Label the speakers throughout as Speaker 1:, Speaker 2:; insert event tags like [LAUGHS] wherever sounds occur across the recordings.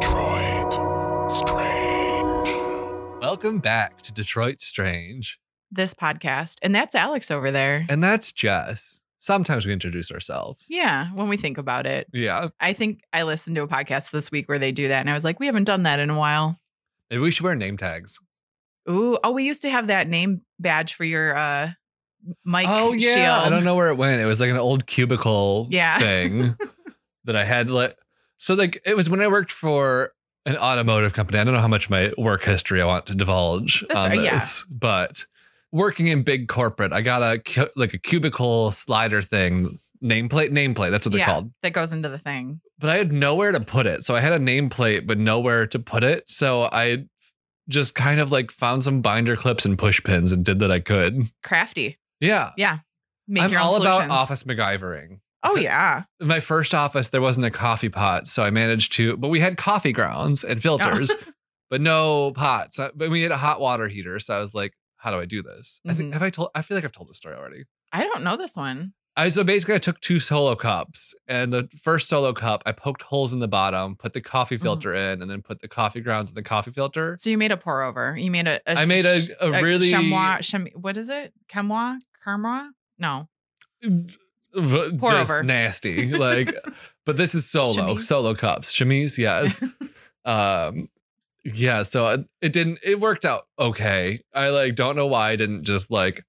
Speaker 1: Detroit Strange.
Speaker 2: Welcome back to Detroit Strange.
Speaker 3: this podcast. And that's Alex over there.
Speaker 2: And that's Jess. Sometimes we introduce ourselves.
Speaker 3: yeah, when we think about it.
Speaker 2: Yeah.
Speaker 3: I think I listened to a podcast this week where they do that and I was like, we haven't done that in a while.
Speaker 2: Maybe we should wear name tags.
Speaker 3: Ooh, oh, we used to have that name badge for your uh mic
Speaker 2: oh, yeah.
Speaker 3: shield.
Speaker 2: I don't know where it went. It was like an old cubicle
Speaker 3: Yeah. [LAUGHS]
Speaker 2: thing that I had. Like, so, like, it was when I worked for an automotive company. I don't know how much my work history I want to divulge
Speaker 3: That's
Speaker 2: on
Speaker 3: right,
Speaker 2: this,
Speaker 3: yeah.
Speaker 2: but working in big corporate, I got a cu- like a cubicle slider thing, nameplate, nameplate. That's what they're
Speaker 3: Yeah.
Speaker 2: called.
Speaker 3: That goes into the thing.
Speaker 2: but I had nowhere to put it. So I had a nameplate, but nowhere to put it. So I just kind of like found some binder clips and push pins and did that I could.
Speaker 3: Crafty.
Speaker 2: Yeah.
Speaker 3: Make
Speaker 2: I'm
Speaker 3: your own
Speaker 2: all
Speaker 3: solutions.
Speaker 2: about office MacGyvering.
Speaker 3: Oh yeah.
Speaker 2: In my first office, there wasn't a coffee pot. So I managed to, but we had coffee grounds
Speaker 3: [LAUGHS] Oh.
Speaker 2: and filters, but no pots. Uh, But we had a hot water heater. So I was like, how do I do this? I think,
Speaker 3: Mhm.
Speaker 2: have I told, I feel like I've told this story already.
Speaker 3: I don't know this one.
Speaker 2: I so basically I took two solo cups and the first solo cup I poked holes in the bottom, put the coffee
Speaker 3: Mhm.
Speaker 2: filter in, and then put the coffee grounds in the coffee filter.
Speaker 3: So you made a pour over. You made a. a
Speaker 2: I made
Speaker 3: sh-
Speaker 2: a, a, really
Speaker 3: chamois, cham- what is it? Camois? Carmois? No.
Speaker 2: v- v-
Speaker 3: Pour
Speaker 2: just
Speaker 3: over.
Speaker 2: nasty.
Speaker 3: [LAUGHS]
Speaker 2: Like but this is solo,
Speaker 3: Chemise?
Speaker 2: solo cups. Chemise,
Speaker 3: [LAUGHS]
Speaker 2: yes. um yeah, so I- it didn't it worked out okay. I like don't know why I didn't just like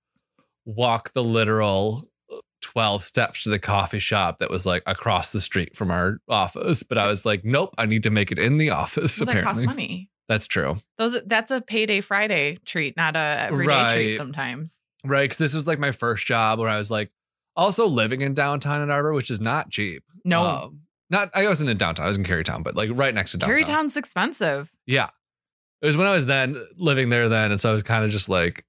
Speaker 2: walk the literal 12 steps to the coffee shop that was like across the street from our office. But I was like, nope, I need to make it in the office.
Speaker 3: Well, that costs
Speaker 2: apparently,
Speaker 3: money.
Speaker 2: that's true,
Speaker 3: Those that's a payday Friday treat, not a everyday
Speaker 2: Right.
Speaker 3: treat sometimes.
Speaker 2: right? Because this was like my first job where I was like also living in downtown Ann Arbor, which is not cheap.
Speaker 3: No.
Speaker 2: Um, not I wasn't in downtown, I was in Carytown, but like right next to downtown.
Speaker 3: Carytown's expensive.
Speaker 2: Yeah. It was when I was then living there then. And so I was kind of just like,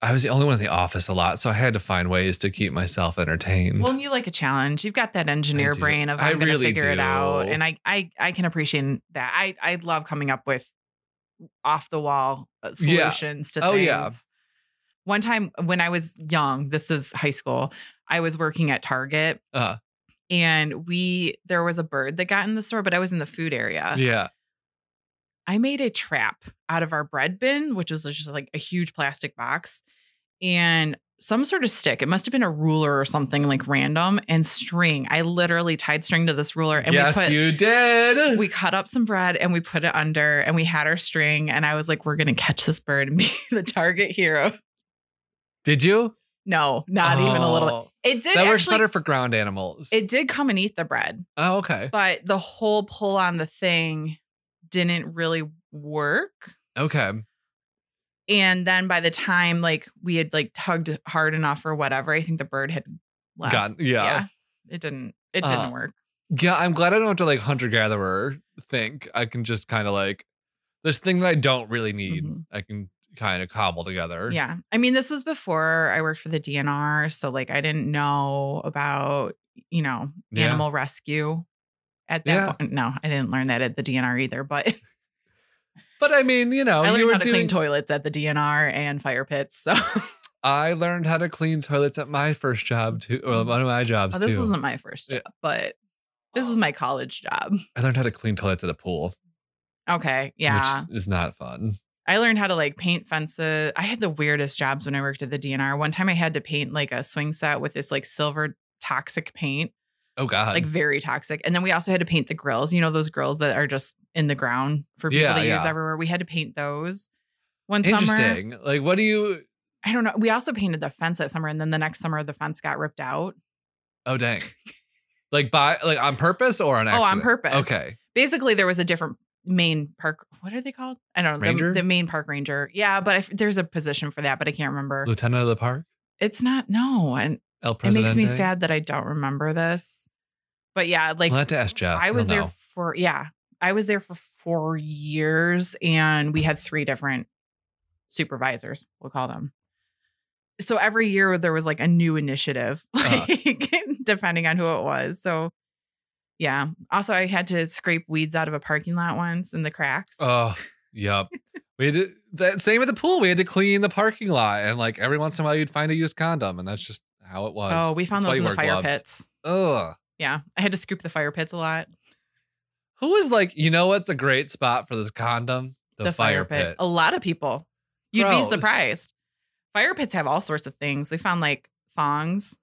Speaker 2: I was the only one in the office a lot. So I had to find ways to keep myself entertained.
Speaker 3: Well, and you like a challenge. You've got that engineer
Speaker 2: Mm. do.
Speaker 3: brain of
Speaker 2: I
Speaker 3: I'm gonna
Speaker 2: really
Speaker 3: figure it out.
Speaker 2: do.
Speaker 3: And I, I I can appreciate that. I I love coming up with off the wall uh,
Speaker 2: Yeah.
Speaker 3: solutions to
Speaker 2: Oh,
Speaker 3: things.
Speaker 2: yeah.
Speaker 3: One time when I was young, this is high school, I was working at Target
Speaker 2: Uh,
Speaker 3: and we there was a bird that got in the store, but I was in the food area.
Speaker 2: yeah.
Speaker 3: I made a trap out of our bread bin, which was just like a huge plastic box, and some sort of stick. It must have been a ruler or something like random and string. I literally tied string to this ruler and
Speaker 2: yes,
Speaker 3: we put
Speaker 2: you did.
Speaker 3: [LAUGHS] we cut up some bread and we put it under and we had our string and I was like, we're gonna catch this bird and be [LAUGHS] the target hero.
Speaker 2: did you?
Speaker 3: No, not even a little.
Speaker 2: Oh,
Speaker 3: It did
Speaker 2: That works
Speaker 3: actually.
Speaker 2: better for ground animals.
Speaker 3: It did come and eat the bread,
Speaker 2: oh, okay.
Speaker 3: but the whole pull on the thing didn't really work.
Speaker 2: Okay.
Speaker 3: and then by the time like we had like tugged hard enough or whatever i think the bird had left
Speaker 2: Got, yeah. yeah.
Speaker 3: it didn't it
Speaker 2: Uh,
Speaker 3: didn't work
Speaker 2: I'm glad I don't have to like hunter gatherer think. I can just kind of like, this thing that I don't really need,
Speaker 3: Mhm.
Speaker 2: I can kind of cobble together.
Speaker 3: yeah i mean this was before i worked for the dnr so like i didn't know about you know
Speaker 2: Yeah.
Speaker 3: animal rescue at that
Speaker 2: Yeah.
Speaker 3: point no i didn't learn that at the dnr either but [LAUGHS]
Speaker 2: But I mean, you know,
Speaker 3: i
Speaker 2: Oh, you
Speaker 3: learned
Speaker 2: were
Speaker 3: how to
Speaker 2: doing
Speaker 3: clean toilets at the dnr and fire pits so
Speaker 2: I learned how to clean toilets at my first job too. Well, one of my jobs
Speaker 3: Oh, [LAUGHS] this
Speaker 2: too.
Speaker 3: wasn't my first
Speaker 2: Yeah.
Speaker 3: job but this was my college job
Speaker 2: I learned how to clean toilets at a pool.
Speaker 3: okay yeah
Speaker 2: which is not fun.
Speaker 3: I learned how to like paint fences. I had the weirdest jobs when I worked at the DNR. One time I had to paint like a swing set with this like silver toxic paint,
Speaker 2: Oh God,
Speaker 3: like very toxic. And then we also had to paint the grills, you know, those grills that are just in the ground for people
Speaker 2: Yeah,
Speaker 3: to use
Speaker 2: yeah.
Speaker 3: everywhere. We had to paint those one summer.
Speaker 2: interesting. Like, what do you?
Speaker 3: I don't know. We also painted the fence that summer. And then the next summer, the fence got ripped out.
Speaker 2: Oh dang, like by like on purpose or on
Speaker 3: Oh, on
Speaker 2: accident?
Speaker 3: purpose.
Speaker 2: Okay,
Speaker 3: Basically, there was a different main park. What are they called? I don't know.
Speaker 2: Ranger?
Speaker 3: The, the main park ranger. Yeah, but I f there's a position for that, but I can't remember.
Speaker 2: Lieutenant of the Park,
Speaker 3: It's not, no. And
Speaker 2: El
Speaker 3: It
Speaker 2: Presidente.
Speaker 3: makes me sad that I don't remember this. But yeah, like
Speaker 2: I'll have to ask Jeff.
Speaker 3: I was
Speaker 2: He'll
Speaker 3: there
Speaker 2: know.
Speaker 3: for yeah, I was there for 4 years and we had three different supervisors, we'll call them. So every year there was like a new initiative, [LAUGHS]
Speaker 2: Uh-huh.
Speaker 3: like depending on who it was. So yeah. Also I had to scrape weeds out of a parking lot once in the cracks.
Speaker 2: Oh Yep. We had to, that same at the pool. We had to clean the parking lot, and like every once in a while, you'd find a used condom, and that's just how it was.
Speaker 3: Oh, we found
Speaker 2: That's
Speaker 3: those in
Speaker 2: why
Speaker 3: the
Speaker 2: you
Speaker 3: fire
Speaker 2: wear gloves.
Speaker 3: pits.
Speaker 2: Ugh.
Speaker 3: Yeah, I had to scoop the fire pits a lot.
Speaker 2: Who was like, you know what's a great spot for this condom? The, fire, pit.
Speaker 3: A lot of people. You'd
Speaker 2: Gross.
Speaker 3: be surprised. Fire pits have all sorts of things. We found like thongs.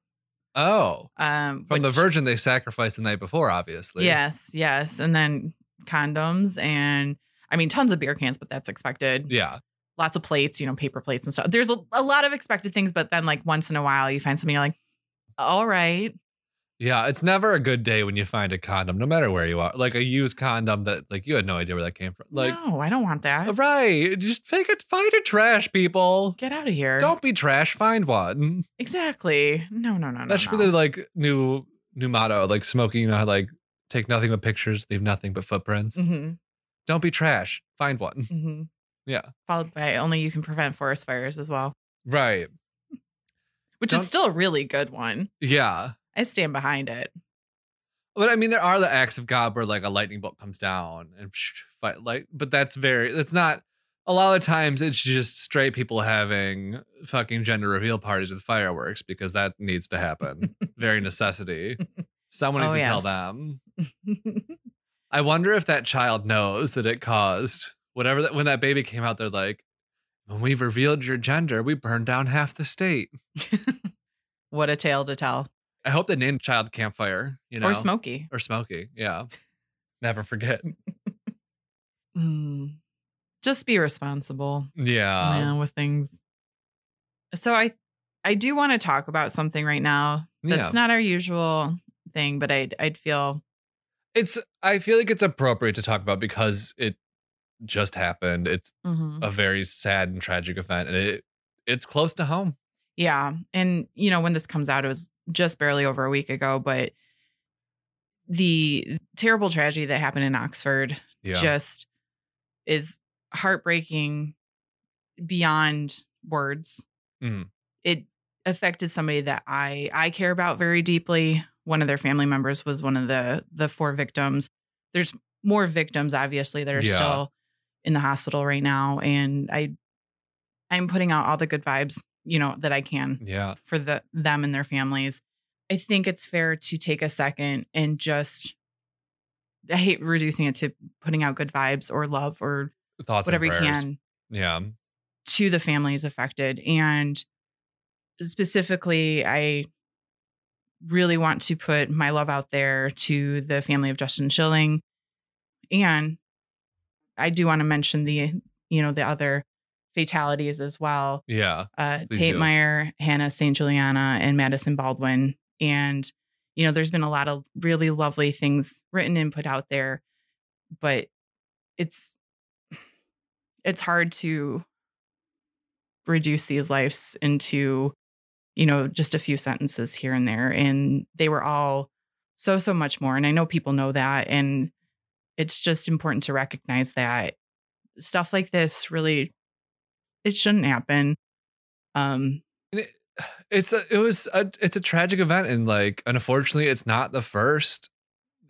Speaker 2: Oh,
Speaker 3: Um,
Speaker 2: from the
Speaker 3: which-
Speaker 2: virgin they sacrificed the night before, obviously.
Speaker 3: Yes, yes, and then condoms and I mean tons of beer cans, but that's expected.
Speaker 2: Yeah.
Speaker 3: Lots of plates, you know, paper plates and stuff. There's a, a lot of expected things, but then like once in a while you find something you're like, all right,
Speaker 2: Yeah. It's never a good day when you find a condom, no matter where you are. Like a used condom that, like, you had no idea where that came from. Like,
Speaker 3: no, I don't want that.
Speaker 2: right. Just take it, find a trash, people.
Speaker 3: Get out of here.
Speaker 2: Don't be trash. Find one.
Speaker 3: exactly. No, no, no, no.
Speaker 2: That should
Speaker 3: no.
Speaker 2: be the like new new motto. Like smoking, you know, how, like take nothing but pictures, leave nothing but footprints.
Speaker 3: Mhm,
Speaker 2: Don't be trash. Find one. [LAUGHS]
Speaker 3: mhm.
Speaker 2: Yeah.
Speaker 3: Followed by only you can prevent forest fires as well,
Speaker 2: Right.
Speaker 3: which
Speaker 2: Don't-
Speaker 3: is still a really good one.
Speaker 2: Yeah.
Speaker 3: I stand behind it. [LAUGHS]
Speaker 2: But I mean, there are the acts of God where like a lightning bolt comes down and [LAUGHS] psh, fight like, but that's very, that's not. A lot of times it's just straight people having fucking gender reveal parties with fireworks because that needs to
Speaker 3: [LAUGHS]
Speaker 2: happen. very necessity. Someone needs
Speaker 3: Oh,
Speaker 2: to tell
Speaker 3: yes.
Speaker 2: them. I wonder if that child knows that it caused whatever that when that baby came out, they're like, when we revealed your gender, we burned down half the state.
Speaker 3: what a tale to tell.
Speaker 2: I hope they named child campfire, you know,
Speaker 3: Or smoky.
Speaker 2: or Smokey. Yeah, never forget.
Speaker 3: Mm. Just be responsible.
Speaker 2: Yeah,
Speaker 3: yeah, with things. So I I do want to talk about something right now that's
Speaker 2: Yeah.
Speaker 3: not our usual thing, but I'd I'd feel
Speaker 2: it's. I feel like it's appropriate to talk about because it just happened. It's
Speaker 3: mhm.
Speaker 2: a very sad and tragic event, and it it's close to home.
Speaker 3: yeah. And you know, when this comes out, it was just barely over a week ago, but the terrible tragedy that happened in Oxford
Speaker 2: Yeah,
Speaker 3: just is heartbreaking beyond words.
Speaker 2: Mhm.
Speaker 3: It affected somebody that I I care about very deeply. One of their family members was one of the the four victims. There's more victims obviously that are
Speaker 2: Yeah.
Speaker 3: still in the hospital right now and I I'm putting out all the good vibes, you know, that I can
Speaker 2: yeah,
Speaker 3: for the them and their families. I think it's fair to take a second and just I hate reducing it to putting out good vibes or love or
Speaker 2: thoughts.
Speaker 3: whatever you
Speaker 2: and prayers.
Speaker 3: can
Speaker 2: Yeah,
Speaker 3: to the families affected and specifically I really want to put my love out there to the family of Justin Schilling and I do want to mention the you know the other fatalities as well
Speaker 2: yeah,
Speaker 3: uh,
Speaker 2: Please
Speaker 3: Tate
Speaker 2: do.
Speaker 3: Meyer, Hannah St. Juliana, and Madison Baldwin. And, you know, there's been a lot of really lovely things written and put out there, but it's it's hard to reduce these lives into, you know, just a few sentences here and there. And they were all so, so much more. And I know people know that. And it's just important to recognize that stuff like this really it shouldn't happen. Um,
Speaker 2: [SIGHS] it's a it was a it's a tragic event and like unfortunately it's not the first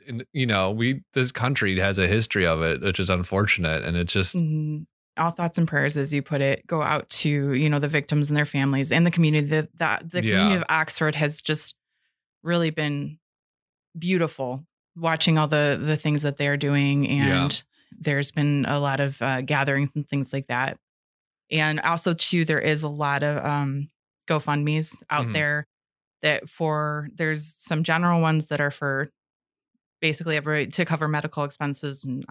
Speaker 2: and you know we this country has a history of it which is unfortunate and it's just
Speaker 3: mhm. all thoughts and prayers, as you put it, go out to you know the victims and their families and the community. The the, the community
Speaker 2: Yeah.
Speaker 3: of Oxford has just really been beautiful. Watching all the the things that they're doing,
Speaker 2: Yeah.
Speaker 3: and there's been a lot of uh, gatherings and things like that. And also too, there is a lot of um, GoFundmes out
Speaker 2: Mhm.
Speaker 3: there that for there's some general ones that are for basically every to cover medical expenses and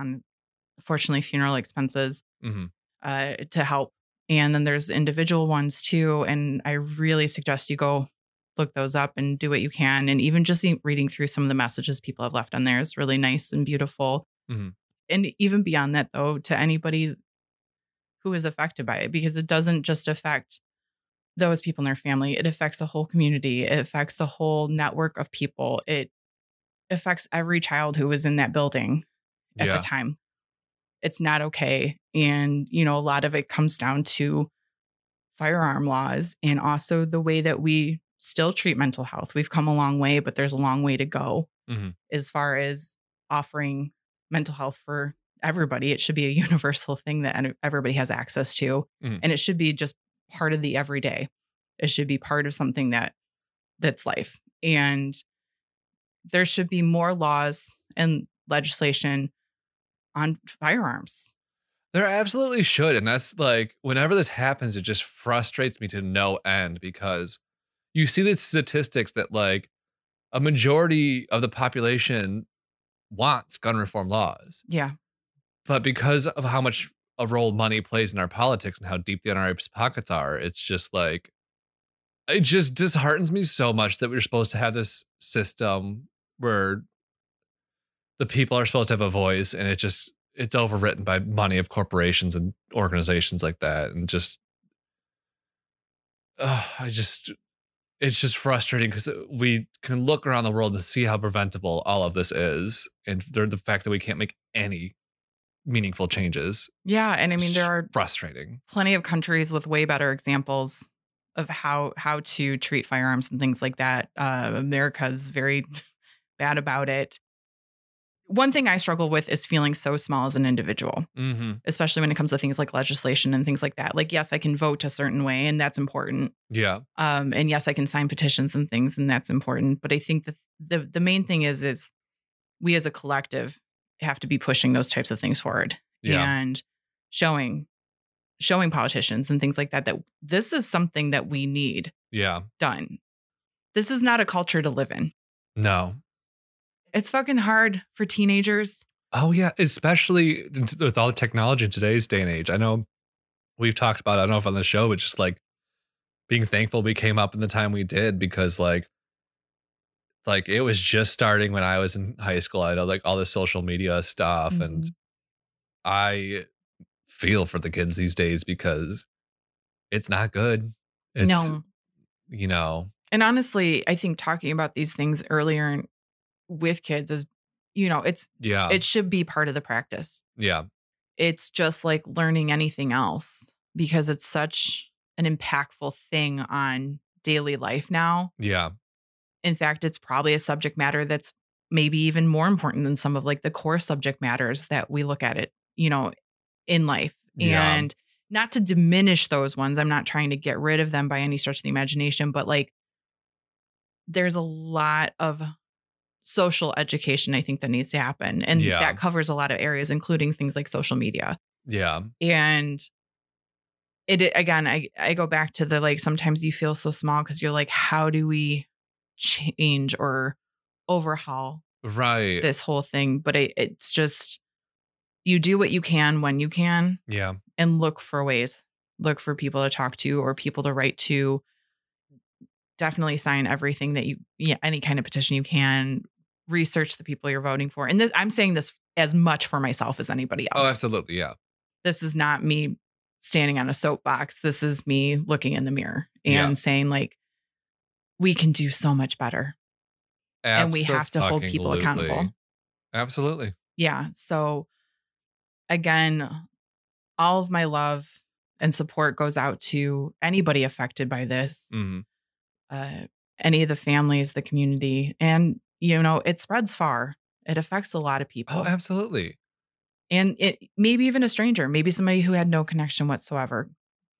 Speaker 3: unfortunately funeral expenses
Speaker 2: mhm.
Speaker 3: uh, to help. And then there's individual ones too. And I really suggest you go look those up and do what you can. And even just e- reading through some of the messages people have left on there is really nice and beautiful.
Speaker 2: Mhm.
Speaker 3: And even beyond that, though, to anybody who is affected by it, because it doesn't just affect those people in their family, it affects a whole community, it affects a whole network of people, it affects every child who was in that building at
Speaker 2: yeah
Speaker 3: the time. It's not okay. And, you know, a lot of it comes down to firearm laws and also the way that we still treat mental health. We've come a long way, but there's a long way to go
Speaker 2: Mhm.
Speaker 3: as far as offering mental health for everybody. It should be a [LAUGHS] universal thing that en- everybody has access to,
Speaker 2: Mm.
Speaker 3: and it should be just part of the everyday. It should be part of something that that's life, and there should be more laws and legislation on firearms.
Speaker 2: There absolutely should. And that's like, whenever this happens, it just frustrates me to no end because you see the statistics that, like, a majority of the population wants gun reform laws.
Speaker 3: Yeah,
Speaker 2: But because of how much a role money plays in our politics and how deep the NRA's pockets are, it's just like, it just disheartens me so much that we're supposed to have this system where the people are supposed to have a voice and it just, it's overwritten by money of corporations and organizations like that. And just, Ugh, I just, it's just frustrating because we can look around the world and see how preventable all of this is. And the the fact that we can't make any meaningful changes.
Speaker 3: yeah, and I
Speaker 2: It's
Speaker 3: mean there
Speaker 2: just
Speaker 3: are
Speaker 2: frustrating.
Speaker 3: plenty of countries with way better examples of how how to treat firearms and things like that. Uh, America's very [LAUGHS] bad about it. One thing I struggle with is feeling so small as an individual,
Speaker 2: Mm-hmm.
Speaker 3: especially when it comes to things like legislation and things like that. Like, yes, I can vote a certain way, and that's important.
Speaker 2: Yeah.
Speaker 3: Um, and yes, I can sign petitions and things, and that's important. But I think the the the main thing is is we as a collective have to be pushing those types of things forward
Speaker 2: Yeah.
Speaker 3: and showing showing politicians and things like that that this is something that we need
Speaker 2: Yeah.
Speaker 3: done. This is not a culture to live in.
Speaker 2: No.
Speaker 3: It's fucking hard for teenagers.
Speaker 2: Oh yeah, especially t- with all the technology in today's day and age. I know we've talked about. I don't know if on the show, but just like being thankful we came up in the time we did because like, like it was just starting when I was in high school. I know like all the social media stuff, and
Speaker 3: Mm-hmm.
Speaker 2: I feel for the kids these days because it's not good. It's,
Speaker 3: no.
Speaker 2: you know,
Speaker 3: And honestly, I think talking about these things earlier in- with kids is you know, it's
Speaker 2: yeah,
Speaker 3: it should be part of the practice.
Speaker 2: yeah,
Speaker 3: It's just like learning anything else because it's such an impactful thing on daily life now
Speaker 2: yeah.
Speaker 3: in fact it's probably a subject matter that's maybe even more important than some of like the core subject matters that we look at it you know in life
Speaker 2: Yeah.
Speaker 3: and not to diminish those ones i'm not trying to get rid of them by any stretch of the imagination but like there's a lot of social education i think that needs to happen and
Speaker 2: Yeah.
Speaker 3: that covers a lot of areas including things like social media
Speaker 2: Yeah.
Speaker 3: and it it- again i i go back to the like sometimes you feel so small because you're like how do we change or overhaul
Speaker 2: Right.
Speaker 3: this whole thing but it, it's just you do what you can when you can
Speaker 2: yeah.
Speaker 3: and look for ways look for people to talk to or people to write to definitely sign everything that you yeah, any kind of petition you can research the people you're voting for and this i'm saying this as much for myself as anybody else
Speaker 2: Oh, absolutely. Yeah.
Speaker 3: this is not me standing on a soapbox. This is me looking in the mirror and
Speaker 2: Yeah.
Speaker 3: saying, like, we can do so much better. And we have to hold people
Speaker 2: Abso-fucking-lutely.
Speaker 3: accountable.
Speaker 2: Absolutely.
Speaker 3: Yeah. So, again, all of my love and support goes out to anybody affected by this,
Speaker 2: Mhm.
Speaker 3: uh, any of the families, the community. And, you know, it spreads far, it affects a lot of people.
Speaker 2: Oh, absolutely.
Speaker 3: and it maybe even a stranger, maybe somebody who had no connection whatsoever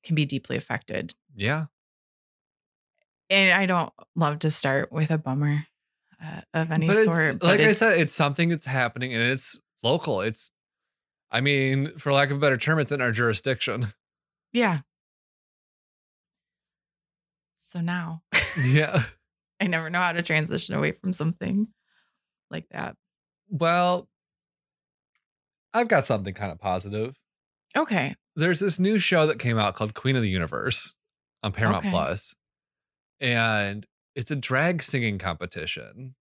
Speaker 3: can be deeply affected.
Speaker 2: Yeah.
Speaker 3: and I don't love to start with a bummer uh, of any
Speaker 2: but it's-
Speaker 3: sort. but
Speaker 2: like I
Speaker 3: it's-
Speaker 2: said, it's something that's happening and it's local. It's, I mean, for lack of a better term, it's in our jurisdiction. [LAUGHS]
Speaker 3: yeah. So now [LAUGHS]
Speaker 2: yeah.
Speaker 3: I never know how to transition away from something like that.
Speaker 2: Well, I've got something kind of positive.
Speaker 3: Okay.
Speaker 2: there's this new show that came out called Queen of the Universe on Paramount
Speaker 3: Okay.
Speaker 2: Plus, and it's a drag singing competition.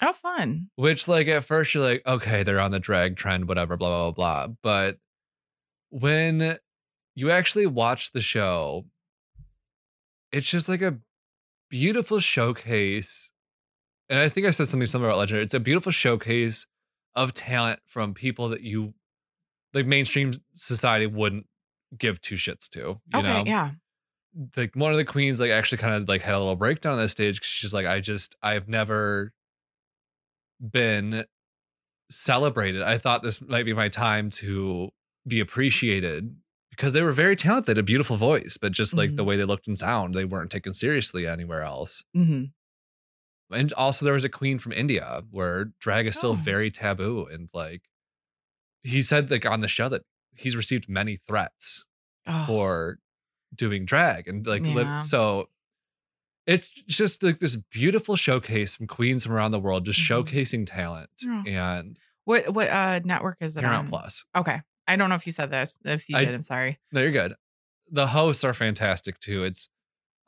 Speaker 3: How Oh, fun.
Speaker 2: Which, like, at first you're like, okay, they're on the drag trend, whatever, blah blah blah blah. But when you actually watch the show, it's just like a beautiful showcase. And I think I said something similar about Legendary. It's a beautiful showcase of talent from people that you, like, mainstream society wouldn't give two shits to. You
Speaker 3: okay.
Speaker 2: know?
Speaker 3: Yeah.
Speaker 2: like one of the queens like actually kind of like had a little breakdown on that stage 'cause she's like i just i've never been celebrated. I thought this might be my time to be appreciated because they were very talented, a beautiful voice, but just like the way they looked and sound, they weren't taken seriously anywhere else.
Speaker 3: Mm-hmm.
Speaker 2: And also, there was a queen from India where drag is still
Speaker 3: Oh.
Speaker 2: very taboo. And like he said, like on the show, that he's received many threats
Speaker 3: Oh,
Speaker 2: for doing drag and like lit-
Speaker 3: Yeah.
Speaker 2: so it's just like this beautiful showcase from queens from around the world just
Speaker 3: Mhm.
Speaker 2: showcasing talent
Speaker 3: Yeah.
Speaker 2: and
Speaker 3: what what uh network is it
Speaker 2: Paramount
Speaker 3: on?
Speaker 2: Plus.
Speaker 3: Okay, I don't know if you said this. If you
Speaker 2: I-
Speaker 3: did, I'm sorry.
Speaker 2: No, you're good. The hosts are fantastic too. It's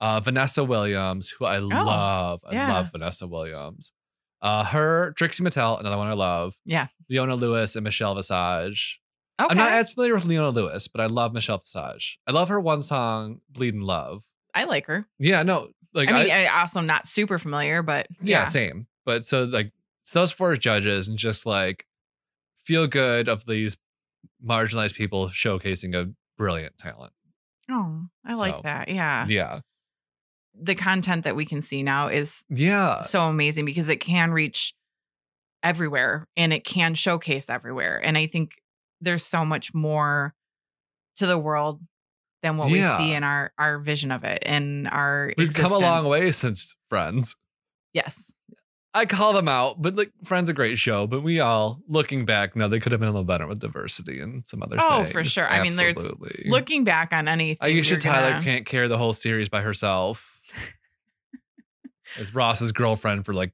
Speaker 2: uh, Vanessa Williams, who I love. I
Speaker 3: Oh, yeah.
Speaker 2: love Vanessa Williams. Uh, her Trixie Mattel, another one I love.
Speaker 3: Yeah.
Speaker 2: Leona Lewis and Michelle Visage.
Speaker 3: Okay,
Speaker 2: I'm not as familiar with Leona Lewis, but I love Michelle Visage. I love her one song, Bleeding Love.
Speaker 3: I like her.
Speaker 2: Yeah, no, like
Speaker 3: I mean, I, also am not super familiar, but
Speaker 2: yeah,
Speaker 3: yeah,
Speaker 2: same but so like it's those four judges and just like feel good of these marginalized people showcasing a brilliant talent
Speaker 3: oh, I
Speaker 2: So,
Speaker 3: like that. Yeah.
Speaker 2: yeah
Speaker 3: the content that we can see now is
Speaker 2: yeah
Speaker 3: so amazing because it can reach everywhere and it can showcase everywhere. And I think there's so much more to the world than what
Speaker 2: Yeah.
Speaker 3: we see in our our vision of it and our
Speaker 2: we've come a long
Speaker 3: existence.
Speaker 2: way since friends
Speaker 3: Yes.
Speaker 2: i call them out but like friends a great show but we all looking back no they could have been a little better with diversity and some other
Speaker 3: Oh,
Speaker 2: things
Speaker 3: for sure. I mean, there's-
Speaker 2: Absolutely.
Speaker 3: Looking back on anything,
Speaker 2: i guess
Speaker 3: you're
Speaker 2: tyler
Speaker 3: gonna-
Speaker 2: can't carry the whole series by
Speaker 3: [LAUGHS]
Speaker 2: herself as ross's girlfriend for like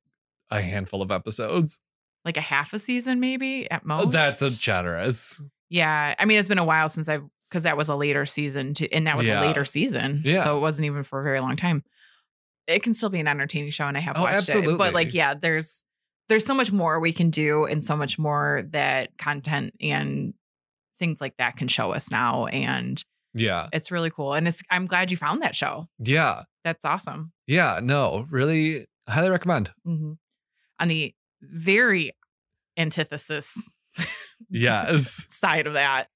Speaker 2: a handful of episodes
Speaker 3: like a half a season maybe at most.
Speaker 2: Oh, that's a generous
Speaker 3: Yeah, I mean, it's been a while since I've because that was a later season to, and that was
Speaker 2: Yeah.
Speaker 3: a later season,
Speaker 2: Yeah.
Speaker 3: So it wasn't even for a very long time. It can still be an entertaining show, and I have
Speaker 2: Oh,
Speaker 3: watched it. But like,
Speaker 2: absolutely.
Speaker 3: yeah, there's there's so much more we can do, and so much more that content and things like that can show us now, and
Speaker 2: yeah
Speaker 3: it's really cool. And it's I'm glad you found that show.
Speaker 2: Yeah.
Speaker 3: That's awesome.
Speaker 2: Yeah. No, really highly recommend.
Speaker 3: hmm On the very antithesis.
Speaker 2: Yes.
Speaker 3: side of that.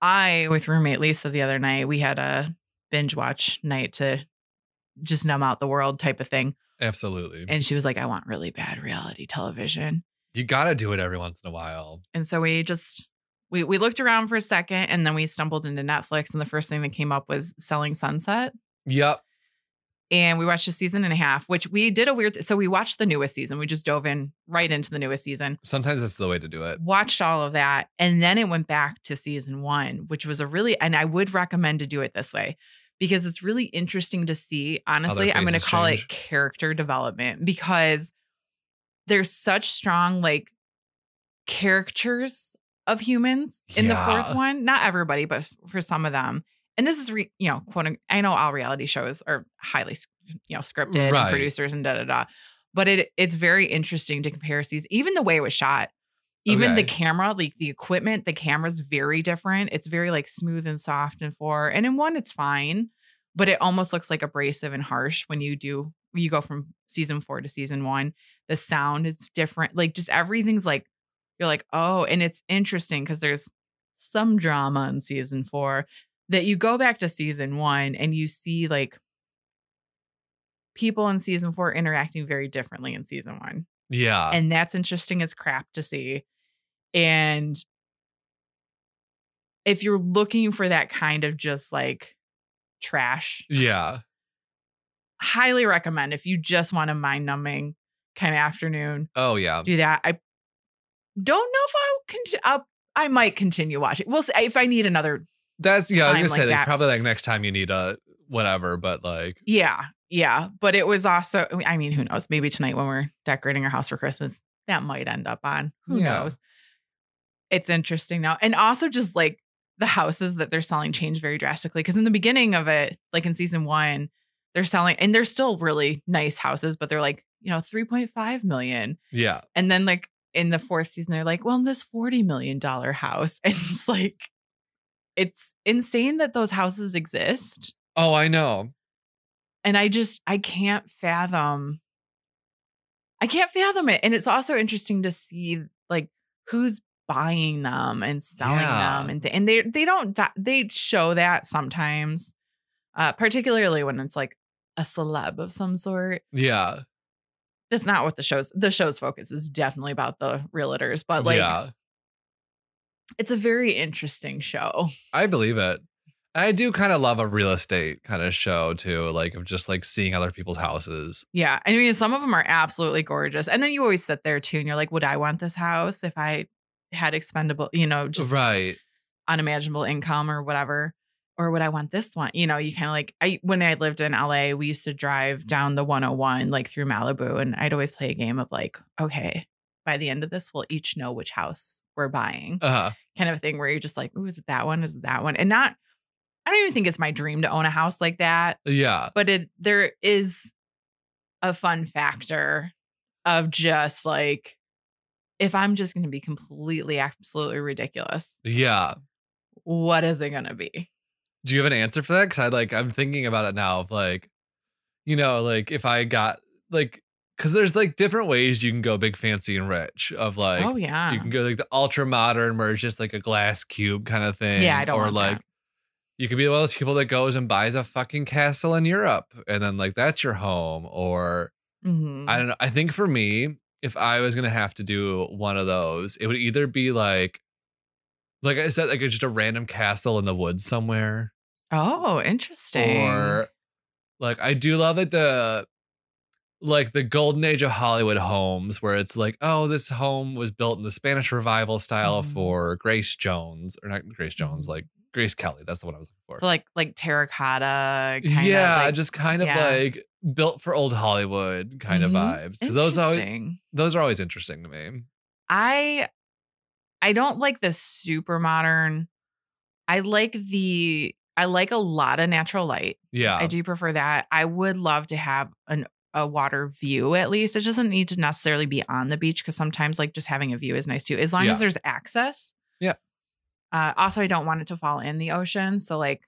Speaker 3: I, with roommate Lisa the other night, we had a binge watch night to just numb out the world type of thing.
Speaker 2: [LAUGHS] Absolutely.
Speaker 3: And she was like, I want really bad reality television.
Speaker 2: You got to do it every once in a while.
Speaker 3: And so we just, we, we looked around for a second and then we stumbled into Netflix. And the first thing that came up was Selling Sunset.
Speaker 2: Yep.
Speaker 3: And we watched a season and a half, which we did a weird. so we watched the newest season. We just dove in right into the newest season.
Speaker 2: Sometimes that's the way to do it.
Speaker 3: watched all of that and then it went back to season one which was a really and i would recommend to do it this way because it's really interesting to see honestly i'm going to
Speaker 2: phases
Speaker 3: call
Speaker 2: change.
Speaker 3: it character development because there's such strong like caricatures of humans in the
Speaker 2: Yeah.
Speaker 3: fourth one not everybody but f- for some of them and this is re, you know quote un- i know all reality shows are highly s- you know scripted
Speaker 2: Right.
Speaker 3: and producers and da da da but it it's very interesting to compare seasons even the way it was shot even the
Speaker 2: Okay.
Speaker 3: camera like the equipment the camera's very different it's very like smooth and soft and for and in one it's fine but it almost looks like abrasive and harsh when you do when you go from season four to season one the sound is different like just everything's like you're like oh and it's interesting because there's some drama in season four that you go back to season one and you see like people in season four interacting very differently in season one
Speaker 2: Yeah.
Speaker 3: and that's interesting as crap to see. And if you're looking for that kind of just like trash,
Speaker 2: yeah.
Speaker 3: highly recommend if you just want a mind numbing kind of afternoon,
Speaker 2: Oh, yeah.
Speaker 3: do that. I don't know if I'll continue. I'll, I might continue watching. We'll see if I need another.
Speaker 2: That's, yeah, I was
Speaker 3: Time
Speaker 2: going to
Speaker 3: like
Speaker 2: say, like,
Speaker 3: that.
Speaker 2: probably like next time you need a whatever, but like,
Speaker 3: Yeah. Yeah. But it was also, I mean, who knows? Maybe tonight when we're decorating our house for Christmas, that might end up on. Who
Speaker 2: Yeah.
Speaker 3: knows? It's interesting though. And also just like the houses that they're selling change very drastically. Cause in the beginning of it, like in season one, they're selling and they're still really nice houses, but they're like, you know, 3.5 million.
Speaker 2: yeah.
Speaker 3: And then like in the fourth season, they're like, well, in this $40 million house. [LAUGHS] And it's like, it's insane that those houses exist
Speaker 2: Oh, I know.
Speaker 3: and I just I can't fathom I can't fathom it. And it's also interesting to see like who's buying them and selling
Speaker 2: Yeah.
Speaker 3: them and th- and they they don't di- they show that sometimes uh particularly when it's like a celeb of some sort
Speaker 2: Yeah.
Speaker 3: that's not what the show's the show's focus is definitely about the realtors, but like
Speaker 2: yeah,
Speaker 3: it's a very interesting show. [LAUGHS]
Speaker 2: I believe it. I do kind of love a real estate kind of show too, like of just like seeing other people's houses.
Speaker 3: Yeah. I mean, some of them are absolutely gorgeous. And then you always sit there too and you're like, would I want this house if I had expendable, you know, just
Speaker 2: right.
Speaker 3: unimaginable income or whatever? Or would I want this one? You know, you kind of like I when I lived in LA, we used to drive down the 101 like through Malibu and I'd always play a game of like, okay, by the end of this, we'll each know which house we're buying.
Speaker 2: Uh-huh.
Speaker 3: kind of thing where you're just like, oh, is it that one? Is it that one? And not I don't even think it's my dream to own a house like that
Speaker 2: Yeah.
Speaker 3: but it there is a fun factor of just like if I'm just going to be completely absolutely ridiculous,
Speaker 2: Yeah.
Speaker 3: what is it going to be?
Speaker 2: Do you have an answer for that? Cause I like, I'm thinking about it now of like, you know, like if I got like, cause there's like different ways you can go big, fancy, and rich of like,
Speaker 3: oh yeah,
Speaker 2: you can go like the ultra modern where it's just like a glass cube kind of thing.
Speaker 3: Yeah, I don't
Speaker 2: Or
Speaker 3: want that.
Speaker 2: like, you could be one of those people that goes and buys a fucking castle in Europe and then like that's your home or
Speaker 3: Mhm.
Speaker 2: I don't know. I think for me, if I was gonna have to do one of those, it would either be like, like I said, like just a random castle in the woods somewhere,
Speaker 3: oh, interesting.
Speaker 2: or like I do love that the like the golden age of Hollywood homes, where it's like, oh, this home was built in the Spanish Revival style
Speaker 3: Mhm.
Speaker 2: for Grace Jones, or not Grace Jones,
Speaker 3: Mhm.
Speaker 2: like Grace Kelly. That's the one I was looking for.
Speaker 3: so like like terracotta kind
Speaker 2: yeah,
Speaker 3: of like,
Speaker 2: just kind of
Speaker 3: yeah.
Speaker 2: like built for old Hollywood kind
Speaker 3: Mhm.
Speaker 2: of vibes. 'Cause Those always,
Speaker 3: interesting.
Speaker 2: those are always interesting to me.
Speaker 3: I I don't like the super modern. I like the I like a lot of natural light.
Speaker 2: Yeah.
Speaker 3: I do prefer that. I would love to have an a water view at least. It doesn't need to necessarily be on the beach because sometimes like just having a view is nice too, as long
Speaker 2: Yeah.
Speaker 3: as there's access.
Speaker 2: Yeah.
Speaker 3: Uh, also, I don't want it to fall in the ocean. So like,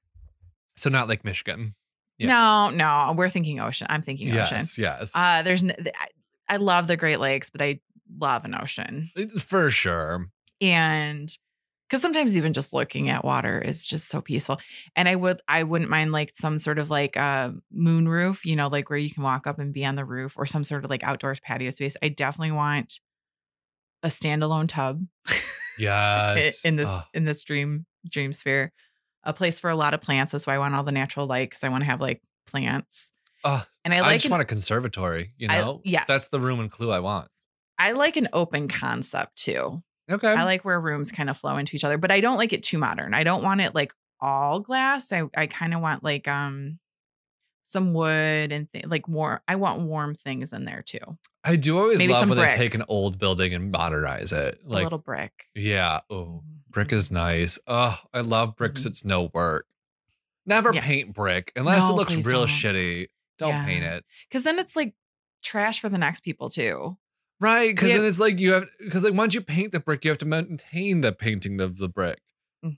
Speaker 2: So not like Michigan. Yeah.
Speaker 3: no, no, we're thinking ocean. I'm thinking ocean.
Speaker 2: Yes, yes.
Speaker 3: Uh, there's n- th- I, I love the Great Lakes, but I love an ocean
Speaker 2: It's For
Speaker 3: [LAUGHS]
Speaker 2: sure.
Speaker 3: and because sometimes even just looking at water is just so peaceful and i would i wouldn't mind like some sort of like uh moon roof you know like where you can walk up and be on the roof or some sort of like outdoors patio space i definitely want a standalone tub i-
Speaker 2: Yes.
Speaker 3: in this
Speaker 2: Ugh.
Speaker 3: in this dream dream sphere a place for a lot of plants that's why i want all the natural light because i want to have like plants
Speaker 2: Ugh,
Speaker 3: and i
Speaker 2: I,
Speaker 3: like
Speaker 2: just
Speaker 3: an,
Speaker 2: want a conservatory, you
Speaker 3: I-
Speaker 2: know?
Speaker 3: yes.
Speaker 2: That's the room and clue I want.
Speaker 3: i like an open concept too
Speaker 2: Okay.
Speaker 3: I like where rooms kind of flow into each other, but I don't like it too modern. I don't want it like all glass. I I kind of want like um some wood and th- like warm. I want warm things in there too.
Speaker 2: I do always
Speaker 3: Maybe
Speaker 2: love
Speaker 3: some
Speaker 2: when
Speaker 3: brick.
Speaker 2: they take an old building and modernize it.
Speaker 3: a
Speaker 2: Like
Speaker 3: little brick. Mm-hmm.
Speaker 2: yeah. Oh. Brick is nice. Oh, I love bricks. It's no work. Never
Speaker 3: Yeah.
Speaker 2: paint brick unless
Speaker 3: No,
Speaker 2: it looks
Speaker 3: please
Speaker 2: real
Speaker 3: don't.
Speaker 2: shitty. Don't
Speaker 3: Yeah.
Speaker 2: paint it.
Speaker 3: because then it's like trash for the next people too.
Speaker 2: Right. Cause
Speaker 3: We have-
Speaker 2: then it's like you have, cause like once you paint the brick, you have to maintain the painting of the brick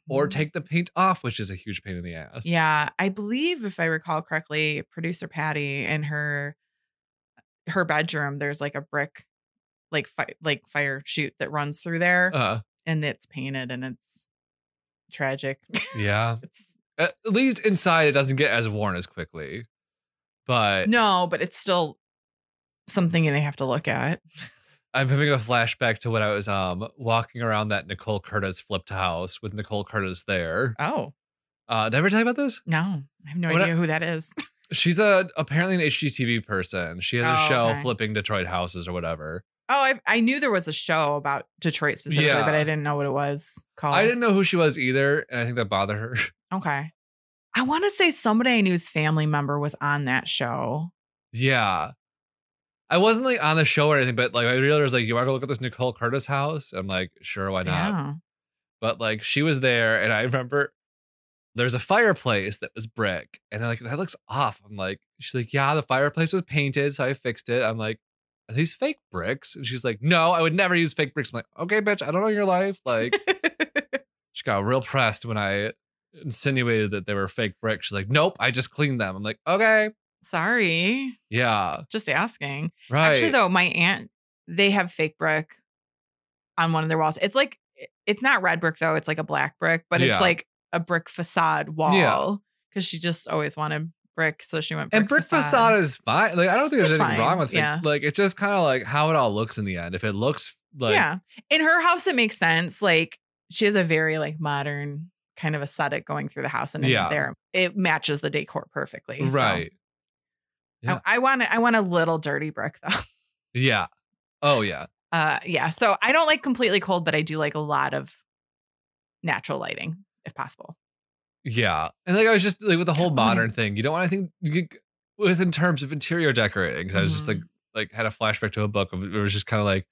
Speaker 2: or
Speaker 3: Mhm.
Speaker 2: take the paint off, which is a huge pain in the ass.
Speaker 3: Yeah, I believe if I recall correctly, producer Patty in her her bedroom, there's like a brick like fi- like fire chute that runs through there,
Speaker 2: Uh,
Speaker 3: and it's painted and it's tragic.
Speaker 2: yeah.
Speaker 3: [LAUGHS] It's-
Speaker 2: At least inside, it doesn't get as worn as quickly. But
Speaker 3: No, but it's still something they have to look at.
Speaker 2: I'm having a flashback to when I was um walking around that Nicole Curtis flipped house with Nicole Curtis there.
Speaker 3: Oh,
Speaker 2: Uh, did I ever tell you about this?
Speaker 3: no. I have no
Speaker 2: What I-
Speaker 3: idea who that is.
Speaker 2: She's a apparently an HGTV person. She has a
Speaker 3: Oh,
Speaker 2: show
Speaker 3: okay.
Speaker 2: flipping Detroit houses or whatever.
Speaker 3: Oh, I, I knew there was a show about Detroit specifically, but I
Speaker 2: Yeah.
Speaker 3: didn't know what it was called.
Speaker 2: I didn't know who she was either, and I think that bothered her. [LAUGHS]
Speaker 3: Okay. I want to say somebody I knew's family member was on that show.
Speaker 2: Yeah. I wasn't like on the show or anything, but like I realized like you want to look at this Nicole Curtis house? I'm like, sure, why not?
Speaker 3: Yeah.
Speaker 2: But like she was there and I remember there's a fireplace that was brick. And I'm like, that looks off. I'm like, she's like, Yeah, the fireplace was painted, so I fixed it. I'm like, are these fake bricks? And she's like, No, I would never use fake bricks. I'm like, okay, bitch, I don't know your life. Like
Speaker 3: [LAUGHS]
Speaker 2: she got real pressed when I insinuated that they were fake bricks. She's like, Nope, I just cleaned them. I'm like, okay.
Speaker 3: Sorry.
Speaker 2: Yeah.
Speaker 3: Just asking.
Speaker 2: Right.
Speaker 3: Actually, though, my aunt, they have fake brick on one of their walls. It's like, it's not red brick, though. It's like a black brick, but it's
Speaker 2: Yeah.
Speaker 3: like a brick facade wall because she just always wanted brick, so she went brick
Speaker 2: and brick facade. is fine. Like I don't think there's
Speaker 3: It's
Speaker 2: anything
Speaker 3: fine,
Speaker 2: wrong with
Speaker 3: yeah.
Speaker 2: it. Like it's just kind of like how it all looks in the end. If it looks like
Speaker 3: yeah. In her house, it makes sense. Like she has a very like modern kind of aesthetic going through the house, and in
Speaker 2: Yeah.
Speaker 3: there it matches the decor perfectly. So,
Speaker 2: right, yeah.
Speaker 3: I, I want I want a little dirty brick though.
Speaker 2: yeah, oh yeah,
Speaker 3: Uh, yeah. So I don't like completely cold, but I do like a lot of natural lighting if possible.
Speaker 2: yeah. And like I was just like with the whole
Speaker 3: don't wanna-
Speaker 2: modern thing, you don't want anything you get- with in terms of interior decorating. Because I was just like
Speaker 3: Mm-hmm.
Speaker 2: like had a flashback to a book. Of, it was just kind of like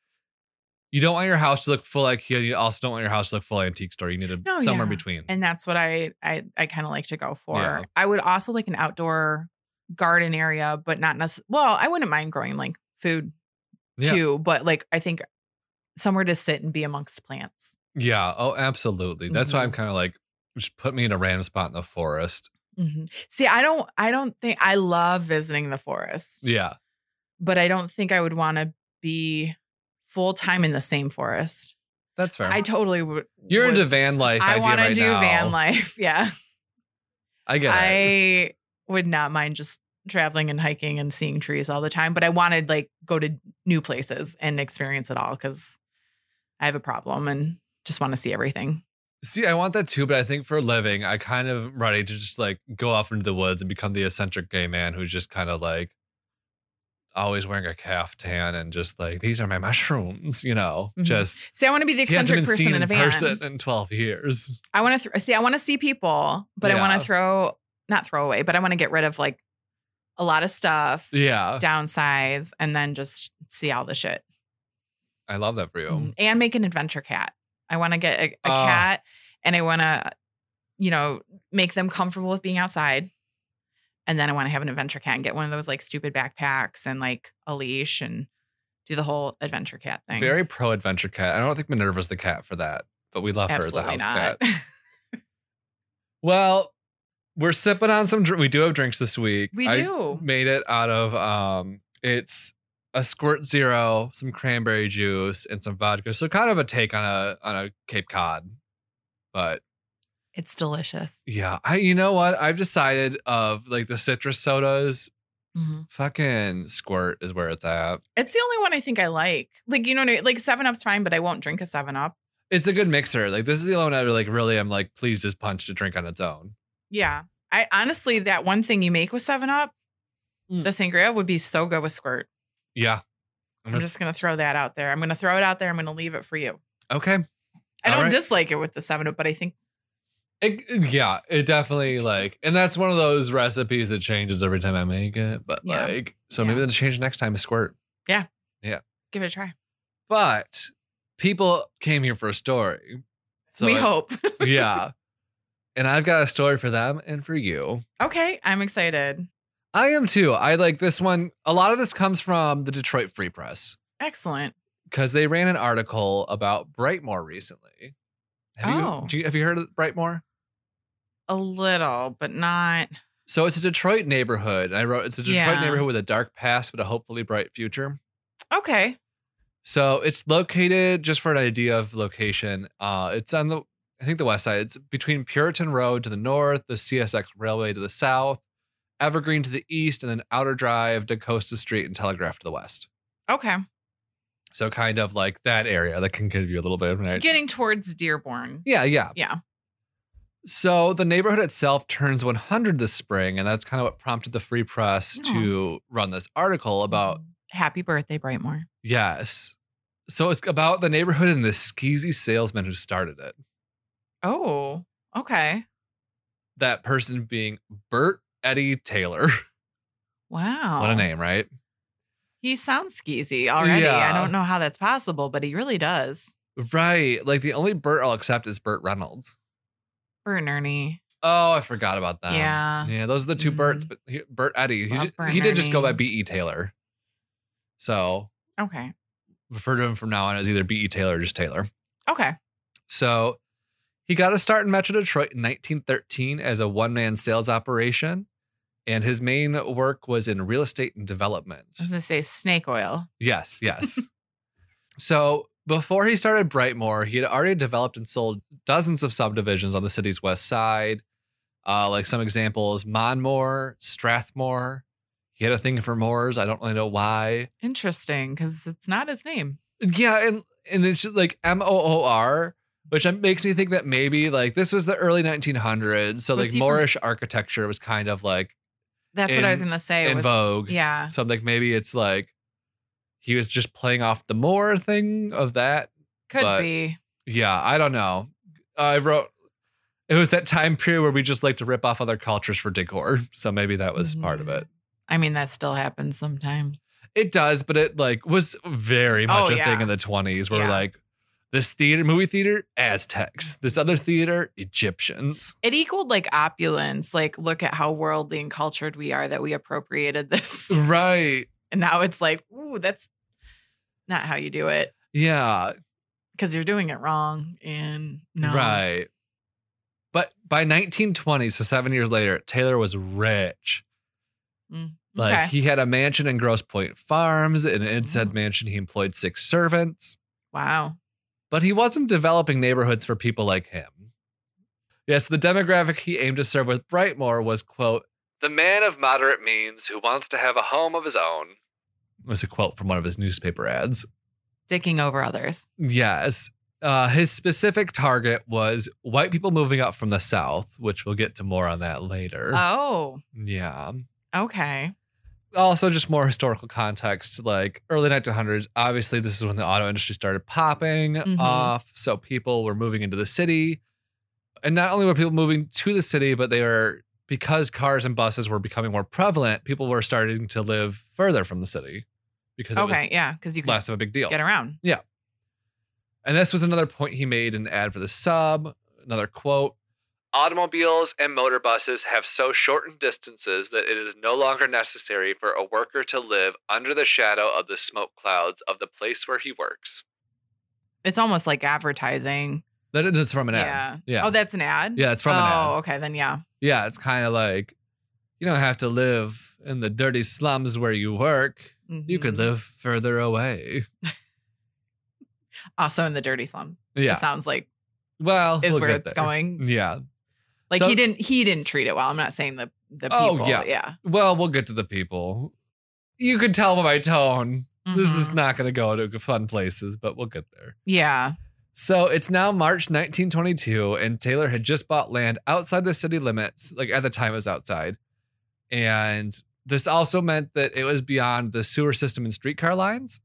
Speaker 2: you don't want your house to look full IKEA. You also don't want your house to look full antique store. You need a
Speaker 3: No,
Speaker 2: somewhere in
Speaker 3: yeah.
Speaker 2: between.
Speaker 3: and that's what I I, I kind of like to go for.
Speaker 2: Yeah.
Speaker 3: I would also like an outdoor garden area, but not necessarily. Well, I wouldn't mind growing like food
Speaker 2: Yeah.
Speaker 3: too, but like I think somewhere to sit and be amongst plants.
Speaker 2: yeah. Oh, absolutely. That's why
Speaker 3: Mhm.
Speaker 2: I'm kind of like just put me in a random spot in the forest.
Speaker 3: Mhm. See, I don't I don't think I love visiting the forest,
Speaker 2: Yeah.
Speaker 3: but I don't think I would want to be full time in the same forest.
Speaker 2: That's fair.
Speaker 3: I totally would.
Speaker 2: You're
Speaker 3: would-
Speaker 2: into van life.
Speaker 3: I want
Speaker 2: want
Speaker 3: to do van life. [LAUGHS] Yeah.
Speaker 2: I get it.
Speaker 3: I would not mind just traveling and hiking and seeing trees all the time, but I wanted like go to new places and experience it all because I have a problem and just want to see everything.
Speaker 2: See, I want that too, but I think for a living, I kind of am ready to just like go off into the woods and become the eccentric gay man who's just kind of like always wearing a caftan and just like these are my mushrooms, you know.
Speaker 3: Mhm.
Speaker 2: Just
Speaker 3: See, I want to be the
Speaker 2: he hasn't
Speaker 3: eccentric
Speaker 2: been
Speaker 3: person
Speaker 2: seen
Speaker 3: in a
Speaker 2: in
Speaker 3: van.
Speaker 2: person in twelve years.
Speaker 3: I want to th- see. I want to see people, but I want
Speaker 2: Yeah.
Speaker 3: to throw not throw away, but I want to get rid of like a lot of stuff,
Speaker 2: Yeah,
Speaker 3: downsize, and then just see all the shit.
Speaker 2: I love that for you.
Speaker 3: Mhm. and make an adventure cat. I want to get a, a
Speaker 2: Ah.
Speaker 3: cat and I want to, you know, make them comfortable with being outside. And then I want to have an adventure cat and get one of those like stupid backpacks and like a leash and do the whole adventure cat thing.
Speaker 2: Very pro adventure cat. I don't think Minerva's the cat for that, but we love her as a house cat. Well, we're sipping on some. Dr- we do have drinks this week.
Speaker 3: [LAUGHS] We
Speaker 2: I
Speaker 3: do.
Speaker 2: made it out of um, it's a squirt zero, some cranberry juice, and some vodka. So kind of a take on a on a Cape Cod, but
Speaker 3: it's delicious.
Speaker 2: yeah, I you know what I've decided of like the citrus sodas.
Speaker 3: Mhm.
Speaker 2: Fucking squirt is where it's at.
Speaker 3: It's the only one I think I like. Like, you know, what I mean? like Seven Up's fine, but I won't drink a Seven Up.
Speaker 2: It's a good mixer. Like this is the only one I like. Really, I'm like please just punch to drink on its own.
Speaker 3: Yeah. I honestly, that one thing you make with Seven Up,
Speaker 2: Mm.
Speaker 3: the sangria would be so good with Squirt.
Speaker 2: Yeah. And
Speaker 3: I'm
Speaker 2: it's-
Speaker 3: just gonna throw that out there. I'm gonna throw it out there. I'm gonna leave it for you.
Speaker 2: okay.
Speaker 3: I
Speaker 2: All
Speaker 3: don't
Speaker 2: right.
Speaker 3: dislike it with the seven up, but I think
Speaker 2: It, it- yeah, it definitely like, and that's one of those recipes that changes every time I make it. But
Speaker 3: Yeah.
Speaker 2: like, so
Speaker 3: Yeah.
Speaker 2: maybe the change next time is squirt.
Speaker 3: give it a try.
Speaker 2: But people came here for a story. So
Speaker 3: we
Speaker 2: I-
Speaker 3: hope. [LAUGHS]
Speaker 2: yeah. And I've got a story for them and for you.
Speaker 3: okay, I'm excited.
Speaker 2: I am too. I like this one. A lot of this comes from the Detroit Free Press
Speaker 3: Excellent.
Speaker 2: because they ran an article about Brightmore recently. Have
Speaker 3: Oh.
Speaker 2: you, do you have you heard of Brightmore?
Speaker 3: A little, but not.
Speaker 2: So it's a Detroit neighborhood. And I wrote it's a Detroit
Speaker 3: Yeah.
Speaker 2: neighborhood with a dark past but a hopefully bright future.
Speaker 3: Okay.
Speaker 2: So it's located just for an idea of location. Uh, it's on the I think the west side. It's between Puritan Road to the north, the CSX Railway to the south, Evergreen to the east, and then Outer Drive, DaCosta Street, and Telegraph to the west.
Speaker 3: Okay.
Speaker 2: So kind of like that area that can give you a little bit of an idea.
Speaker 3: Getting towards Dearborn.
Speaker 2: yeah, yeah.
Speaker 3: Yeah.
Speaker 2: So the neighborhood itself turns 100 this spring, and that's kind of what prompted the Free Press
Speaker 3: Oh.
Speaker 2: to run this article
Speaker 3: Mm-hmm.
Speaker 2: about
Speaker 3: Happy birthday, Brightmore.
Speaker 2: yes. So it's about the neighborhood and the skeezy salesman who started it.
Speaker 3: Oh. Okay.
Speaker 2: that person being Bert Eddie Taylor. [LAUGHS]
Speaker 3: Wow.
Speaker 2: What a name, right?
Speaker 3: He sounds skeezy already.
Speaker 2: Yeah.
Speaker 3: I don't know how that's possible, but he really does.
Speaker 2: Right. Like the only Bert I'll accept is Bert Reynolds.
Speaker 3: Burn Ernie.
Speaker 2: Oh, I forgot about that.
Speaker 3: Yeah.
Speaker 2: Yeah, those are the 2
Speaker 3: Mhm.
Speaker 2: Berts, but he, Bert Eddie, he,
Speaker 3: Love
Speaker 2: ju-
Speaker 3: Bert
Speaker 2: he did just go by
Speaker 3: Ernie.
Speaker 2: B.E. Taylor. So
Speaker 3: Okay.
Speaker 2: refer to him from now on as either B.E. Taylor or just Taylor.
Speaker 3: Okay.
Speaker 2: So he got a start in Metro Detroit in 1913 as a one man sales operation. And his main work was in real estate and development.
Speaker 3: I was gonna say snake oil.
Speaker 2: Yes,
Speaker 3: [LAUGHS]
Speaker 2: yes. so before he started Brightmore, he had already developed and sold dozens of subdivisions on the city's west side. Uh, like some examples, Monmore, Strathmore. He had a thing for Moors. I don't really know why.
Speaker 3: Interesting, because it's not his name.
Speaker 2: Yeah, and and it's just like M O O R, which makes me think that maybe like this was the early 1900s, so
Speaker 3: Was
Speaker 2: like
Speaker 3: he from-
Speaker 2: Moorish architecture was kind of like
Speaker 3: That's what I was
Speaker 2: In-
Speaker 3: gonna say.
Speaker 2: in
Speaker 3: was,
Speaker 2: vogue.
Speaker 3: Yeah.
Speaker 2: So like maybe it's like he was just playing off the Moor thing of that.
Speaker 3: Could
Speaker 2: but-
Speaker 3: be.
Speaker 2: Yeah, I don't know. I wrote it was that time period where we just like to rip off other cultures for decor, [LAUGHS] so maybe that was part of
Speaker 3: Mhm.
Speaker 2: it.
Speaker 3: I mean, that still happens sometimes.
Speaker 2: It does, but it like was very much
Speaker 3: Oh,
Speaker 2: a
Speaker 3: yeah.
Speaker 2: thing in the 20s where
Speaker 3: Yeah. Mm-hmm.
Speaker 2: like this theater, movie theater, Aztecs. This other theater, Egyptians.
Speaker 3: It equaled like opulence. Like, look at how worldly and cultured we are that we appropriated [LAUGHS] this.
Speaker 2: Mm. Right.
Speaker 3: and now it's like, ooh, that's not how you do it
Speaker 2: Yeah.
Speaker 3: because you're doing it wrong. And no,
Speaker 2: Right. But by 1920, so seven years later, Taylor was rich. Like
Speaker 3: okay.
Speaker 2: he had a mansion in Grosse Pointe Farms, and in said
Speaker 3: Mm.
Speaker 2: mansion he employed six servants.
Speaker 3: wow.
Speaker 2: But he wasn't developing neighborhoods for people like him. Yes, the demographic he aimed to serve with Brightmore was quote the man of moderate means who wants to have a home of his own. Was a quote from one of his newspaper ads.
Speaker 3: Dicking over others.
Speaker 2: Yes. Uh, his specific target was white people moving up from the South, which we'll get to more on that later.
Speaker 3: Oh,
Speaker 2: yeah.
Speaker 3: okay.
Speaker 2: Also, just more historical context like early 1900s, obviously, this is when the auto industry started popping
Speaker 3: Mhm.
Speaker 2: off. So people were moving into the city. And not only were people moving to the city, but they were, because cars and buses were becoming more prevalent, people were starting to live further from the city because it
Speaker 3: Okay. Yeah. Because you
Speaker 2: was
Speaker 3: can
Speaker 2: less of a big deal.
Speaker 3: get around.
Speaker 2: And this was another point he made in the ad for the sub. Another quote Automobiles and motor buses have so shortened distances that it is no longer necessary for a worker to live under the shadow of the smoke clouds of the place where he works.
Speaker 3: It's almost like advertising.
Speaker 2: That is from an ad.
Speaker 3: Yeah.
Speaker 2: Yeah.
Speaker 3: Oh, that's an ad?
Speaker 2: yeah, it's from
Speaker 3: oh,
Speaker 2: an ad.
Speaker 3: okay. Then, yeah.
Speaker 2: Yeah, it's kind of like you don't have to live in the dirty slums where you work. You could
Speaker 3: Mhm.
Speaker 2: live further away.
Speaker 3: Also in the dirty slums. It
Speaker 2: Yeah. [LAUGHS]
Speaker 3: sounds like
Speaker 2: Well,
Speaker 3: is
Speaker 2: we'll
Speaker 3: where
Speaker 2: get
Speaker 3: it's
Speaker 2: there.
Speaker 3: going.
Speaker 2: Yeah.
Speaker 3: Like
Speaker 2: So-
Speaker 3: he didn't he didn't treat it well. I'm not saying the the
Speaker 2: Oh,
Speaker 3: people.
Speaker 2: yeah. Well, we'll get to the people. You can tell by my tone. This is
Speaker 3: Mhm.
Speaker 2: not going to go to fun places, but we'll get there.
Speaker 3: Yeah.
Speaker 2: So it's now March 1922, and Taylor had just bought land outside the city limits. Like at the time, it was outside. And this also meant that it was beyond the sewer system and streetcar lines.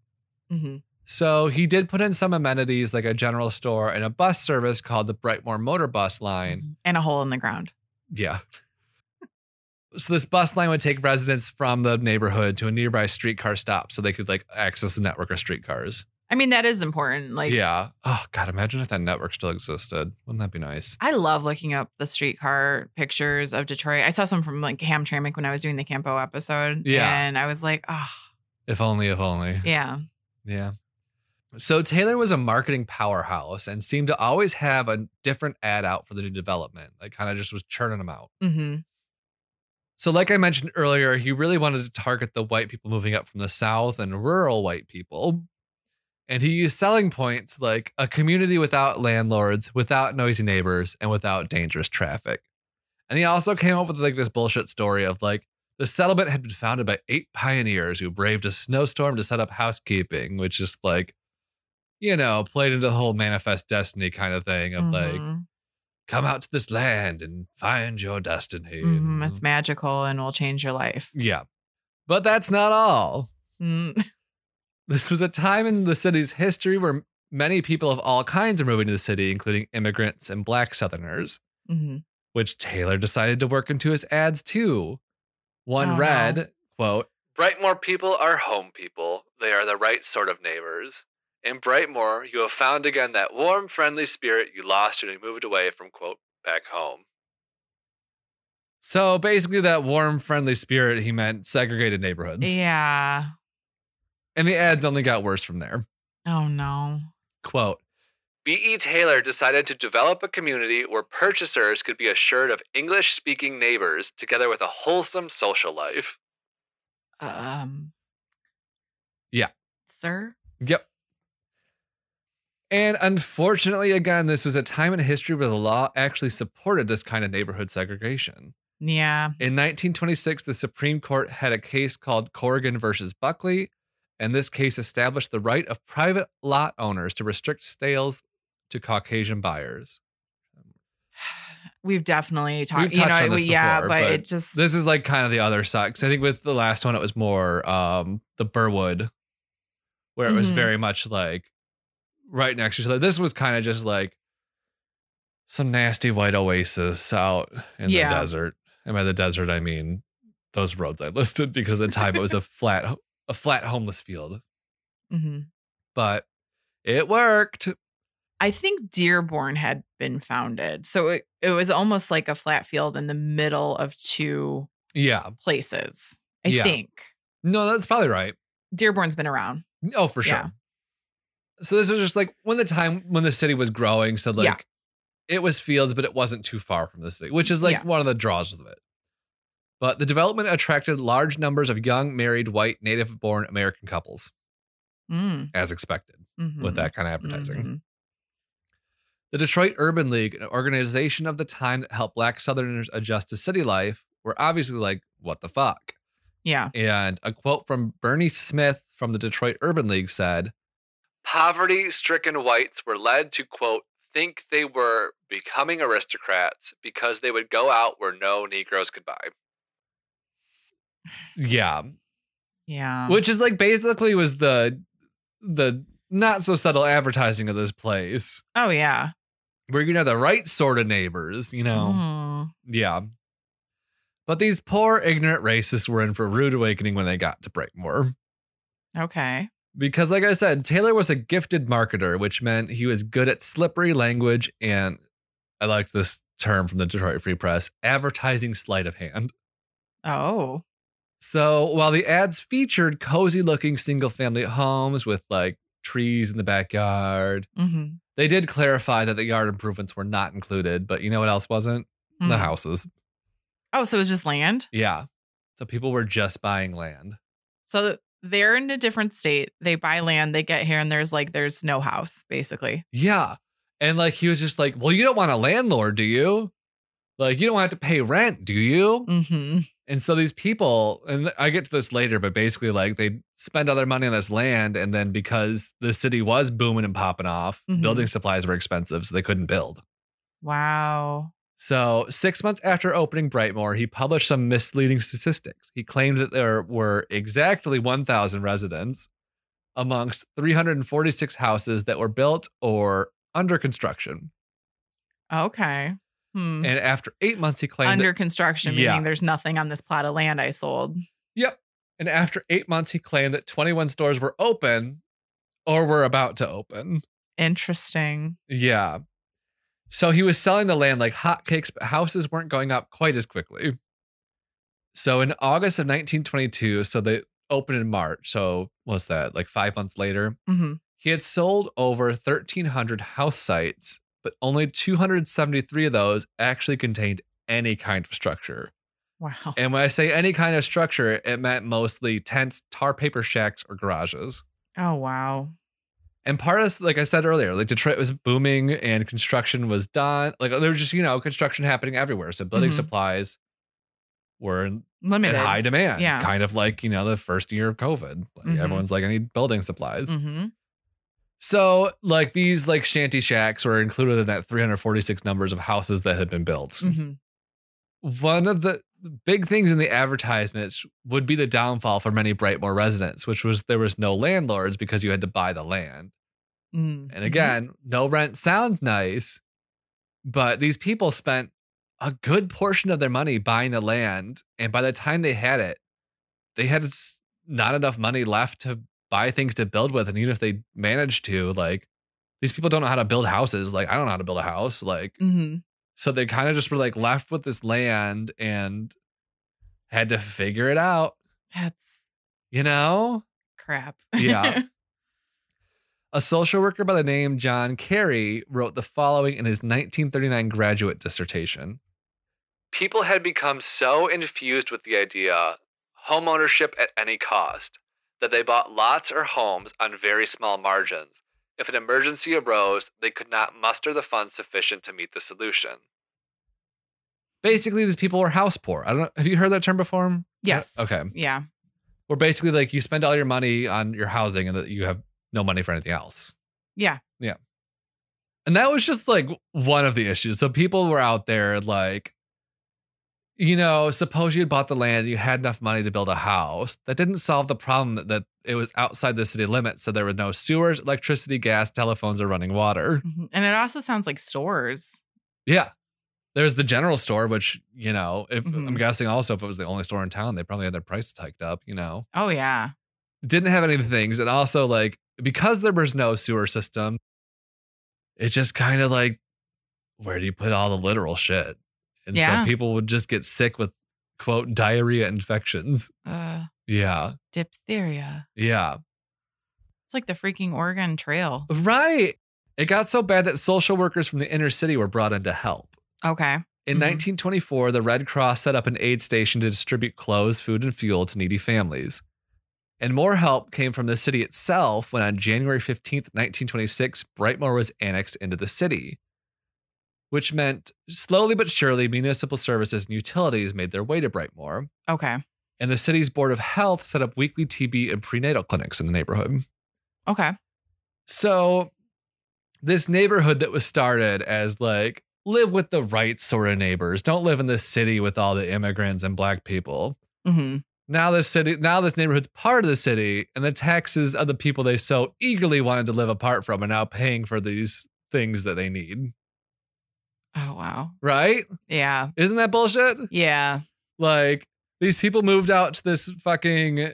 Speaker 3: hmm
Speaker 2: So he did put in some amenities like a general store and a bus service called the Brightmore Motor Bus Line.
Speaker 3: And a hole in the ground.
Speaker 2: Yeah. So this bus line would take residents from the neighborhood to a nearby streetcar stop so they could like access the network of streetcars.
Speaker 3: I mean, that is important. Like
Speaker 2: yeah. Oh god, imagine if that network still existed. Wouldn't that be nice?
Speaker 3: I love looking up the streetcar pictures of Detroit. I saw some from like Hamtramck when I was doing the Campo episode.
Speaker 2: Yeah.
Speaker 3: And I was like, oh
Speaker 2: If only, if only.
Speaker 3: yeah.
Speaker 2: Yeah. So Taylor was a marketing powerhouse and seemed to always have a different ad out for the new development. Like kind of just was churning them out.
Speaker 3: hmm
Speaker 2: So, like I mentioned earlier, he really wanted to target the white people moving up from the South and rural white people. And he used selling points like a community without landlords, without noisy neighbors, and without dangerous traffic. And he also came up with like this bullshit story of like the settlement had been founded by eight pioneers who braved a snowstorm to set up housekeeping, which is like, you know, played into the whole manifest destiny kind of thing of like,
Speaker 3: Mhm.
Speaker 2: come out to this land and find your destiny.
Speaker 3: Mhm.
Speaker 2: and-
Speaker 3: It's magical and will change your life.
Speaker 2: yeah. But that's not all.
Speaker 3: Mm.
Speaker 2: This was a time in the city's history where many people of all kinds are moving to the city, including immigrants and black Southerners,
Speaker 3: Mhm.
Speaker 2: which Taylor decided to work into his ads too. One
Speaker 3: Oh, no.
Speaker 2: read, quote, Brightmore people are home people. They are the right sort of neighbors. In Brightmore, you have found again that warm, friendly spirit you lost when you moved away from, quote, back home. So basically, that warm, friendly spirit, he meant segregated neighborhoods.
Speaker 3: Yeah.
Speaker 2: And the ads only got worse from there.
Speaker 3: Oh no.
Speaker 2: Quote B.E. E Taylor decided to develop a community where purchasers could be assured of English speaking neighbors together with a wholesome social life.
Speaker 3: Um.
Speaker 2: Yeah.
Speaker 3: Sir.
Speaker 2: Yep. And unfortunately, again, this was a time in history where the law actually supported this kind of neighborhood segregation.
Speaker 3: Yeah.
Speaker 2: In 1926, the Supreme Court had a case called Corrigan versus Buckley, and this case established the right of private lot owners to restrict sales to Caucasian buyers.
Speaker 3: We've definitely talked,
Speaker 2: We've
Speaker 3: you know,
Speaker 2: touched on
Speaker 3: we-
Speaker 2: this
Speaker 3: yeah,
Speaker 2: before,
Speaker 3: but,
Speaker 2: but
Speaker 3: it just,
Speaker 2: This is like kind of the other side. 'cause I think with the last one, it was more um, the Burwood, where it was
Speaker 3: Mhm.
Speaker 2: very much like right next to each other. This was kind of just like some nasty white oasis out in
Speaker 3: Yeah.
Speaker 2: the desert. And by the desert, I mean those roads I listed because at the time it was a flat, a flat homeless field.
Speaker 3: Mhm.
Speaker 2: But it worked.
Speaker 3: I think Dearborn had been founded. So it, it was almost like a flat field in the middle of two
Speaker 2: Yeah.
Speaker 3: places, I
Speaker 2: Yeah.
Speaker 3: think.
Speaker 2: No, that's probably right.
Speaker 3: Dearborn's been around.
Speaker 2: Oh, for sure.
Speaker 3: Yeah.
Speaker 2: So this was just like when the time when the city was growing. So like
Speaker 3: Yeah.
Speaker 2: it was fields, but it wasn't too far from the city, which is like
Speaker 3: Yeah.
Speaker 2: one of the draws of it. But the development attracted large numbers of young, married, white, native born American couples,
Speaker 3: Mm,
Speaker 2: as expected, with
Speaker 3: mhm,
Speaker 2: that kind of advertising.
Speaker 3: mhm.
Speaker 2: The Detroit Urban League, an organization of the time that helped black Southerners adjust to city life, were obviously like, what the fuck?
Speaker 3: Yeah.
Speaker 2: And a quote from Bernie Smith from the Detroit Urban League said Poverty stricken whites were led to, quote, think they were becoming aristocrats because they would go out where no Negroes could buy. Yeah.
Speaker 3: Yeah.
Speaker 2: Which is like basically was the the not so subtle advertising of this place.
Speaker 3: oh, yeah.
Speaker 2: Where you have the right sort of neighbors, you know.
Speaker 3: Mm.
Speaker 2: Yeah. But these poor ignorant racists were in for a rude awakening when they got to Breakmore.
Speaker 3: Mm-hmm. Okay.
Speaker 2: because like i said taylor was a gifted marketer which meant he was good at slippery language and i liked this term from the detroit free press advertising sleight of hand
Speaker 3: Oh.
Speaker 2: so while the ads featured cozy looking single family homes with like trees in the backyard
Speaker 3: hmm
Speaker 2: they did clarify that the yard improvements were not included but you know what else wasn't
Speaker 3: Hmm.
Speaker 2: the houses
Speaker 3: Mm-hmm. Oh, so it was just land.
Speaker 2: yeah so people were just buying land
Speaker 3: So they're in a different state. They buy land, they get here, and there's like there's no house, basically.
Speaker 2: Yeah. And like he was just like, Well, you don't want a landlord, do you? Like, you don't have to pay rent, do you?
Speaker 3: Mm-hmm.
Speaker 2: And so these people, and I get to this later, but basically, like, they spend all their money on this land. And then because the city was booming and popping off,
Speaker 3: Mhm.
Speaker 2: building supplies were expensive, so they couldn't build.
Speaker 3: Wow.
Speaker 2: So, six months after opening Brightmore, he published some misleading statistics. He claimed that there were exactly 1,000 residents amongst 346 houses that were built or under construction.
Speaker 3: Okay. Hmm.
Speaker 2: And after eight months, he claimed.
Speaker 3: Under
Speaker 2: that,
Speaker 3: construction,
Speaker 2: Yeah.
Speaker 3: meaning there's nothing on this plot of land I sold.
Speaker 2: and after eight months, he claimed that 21 stores were open, or were about to open.
Speaker 3: Interesting.
Speaker 2: Yeah. So he was selling the land like hotcakes, but houses weren't going up quite as quickly. So in August of 1922, so they opened in March. So what's that? Like five months later,
Speaker 3: hmm
Speaker 2: he had sold over 1,300 house sites, but only 273 of those actually contained any kind of structure.
Speaker 3: Wow.
Speaker 2: And when I say any kind of structure, it meant mostly tents, tar paper shacks, or garages.
Speaker 3: Oh wow.
Speaker 2: And part of, like I said earlier, like Detroit was booming and construction was done. Like there was just, you know, construction happening everywhere. So building
Speaker 3: Mhm.
Speaker 2: supplies were in, in
Speaker 3: Limited.
Speaker 2: high demand.
Speaker 3: Yeah.
Speaker 2: Kind of like, you know, the first year of COVID. Like
Speaker 3: Mhm.
Speaker 2: everyone's like, I need building supplies.
Speaker 3: hmm
Speaker 2: So like these like shanty shacks were included in that 346 numbers of houses that had been built.
Speaker 3: hmm
Speaker 2: one of the big things in the advertisements would be the downfall for many Brightmore residents, which was there was no landlords because you had to buy the land.
Speaker 3: Mm-hmm.
Speaker 2: And again, no rent sounds nice, but these people spent a good portion of their money buying the land. And by the time they had it, they had s- not enough money left to buy things to build with. And even if they managed to, like, these people don't know how to build houses. Like, I don't know how to build a house. Like,
Speaker 3: hmm
Speaker 2: so they kind of just were like left with this land and had to figure it out,
Speaker 3: That's
Speaker 2: you know?
Speaker 3: crap. [LAUGHS]
Speaker 2: Yeah. A social worker by the name John Carey wrote the following in his 1939 graduate dissertation. People had become so infused with the idea homeownership at any cost that they bought lots or homes on very small margins If an emergency arose, they could not muster the funds sufficient to meet the solution. Basically, these people were house poor. I don't know. Have you heard that term before?
Speaker 3: Yes.
Speaker 2: Okay.
Speaker 3: Yeah.
Speaker 2: We're basically like you spend all your money on your housing and that you have no money for anything else.
Speaker 3: Yeah.
Speaker 2: Yeah. And that was just like one of the issues. So people were out there like, you know, suppose you had bought the land, you had enough money to build a house. That didn't solve the problem that- that it was outside the city limits. So there were no sewers, electricity, gas, telephones, or running water.
Speaker 3: Mhm. And it also sounds like stores.
Speaker 2: Yeah. There's the general store, which, you know, if I'm
Speaker 3: Mhm.
Speaker 2: guessing also if it was the only store in town, they probably had their prices hiked up, you know.
Speaker 3: Oh yeah.
Speaker 2: didn't have any things and also like because there was no sewer system it just kind of like where do you put all the literal shit and
Speaker 3: Yeah.
Speaker 2: so people would just get sick with quote diarrhea infections
Speaker 3: Uh,
Speaker 2: yeah
Speaker 3: diphtheria.
Speaker 2: yeah
Speaker 3: It's like the freaking Oregon Trail.
Speaker 2: right it got so bad that social workers from the inner city were brought in to help
Speaker 3: Okay.
Speaker 2: In
Speaker 3: Mhm.
Speaker 2: 1924, the Red Cross set up an aid station to distribute clothes, food, and fuel to needy families. And more help came from the city itself when on January 15th, 1926, Brightmoor was annexed into the city, which meant slowly but surely municipal services and utilities made their way to Brightmoor.
Speaker 3: Okay.
Speaker 2: And the city's Board of Health set up weekly TB and prenatal clinics in the neighborhood.
Speaker 3: Okay.
Speaker 2: So, this neighborhood that was started as like live with the right sort of neighbors, don't live in this city with all the immigrants and black people.
Speaker 3: hmm
Speaker 2: Now this city, now this neighborhood's part of the city, and the taxes of the people they so eagerly wanted to live apart from are now paying for these things that they need.
Speaker 3: Oh wow.
Speaker 2: Right?
Speaker 3: Yeah.
Speaker 2: Isn't that bullshit?
Speaker 3: Yeah.
Speaker 2: Like these people moved out to this fucking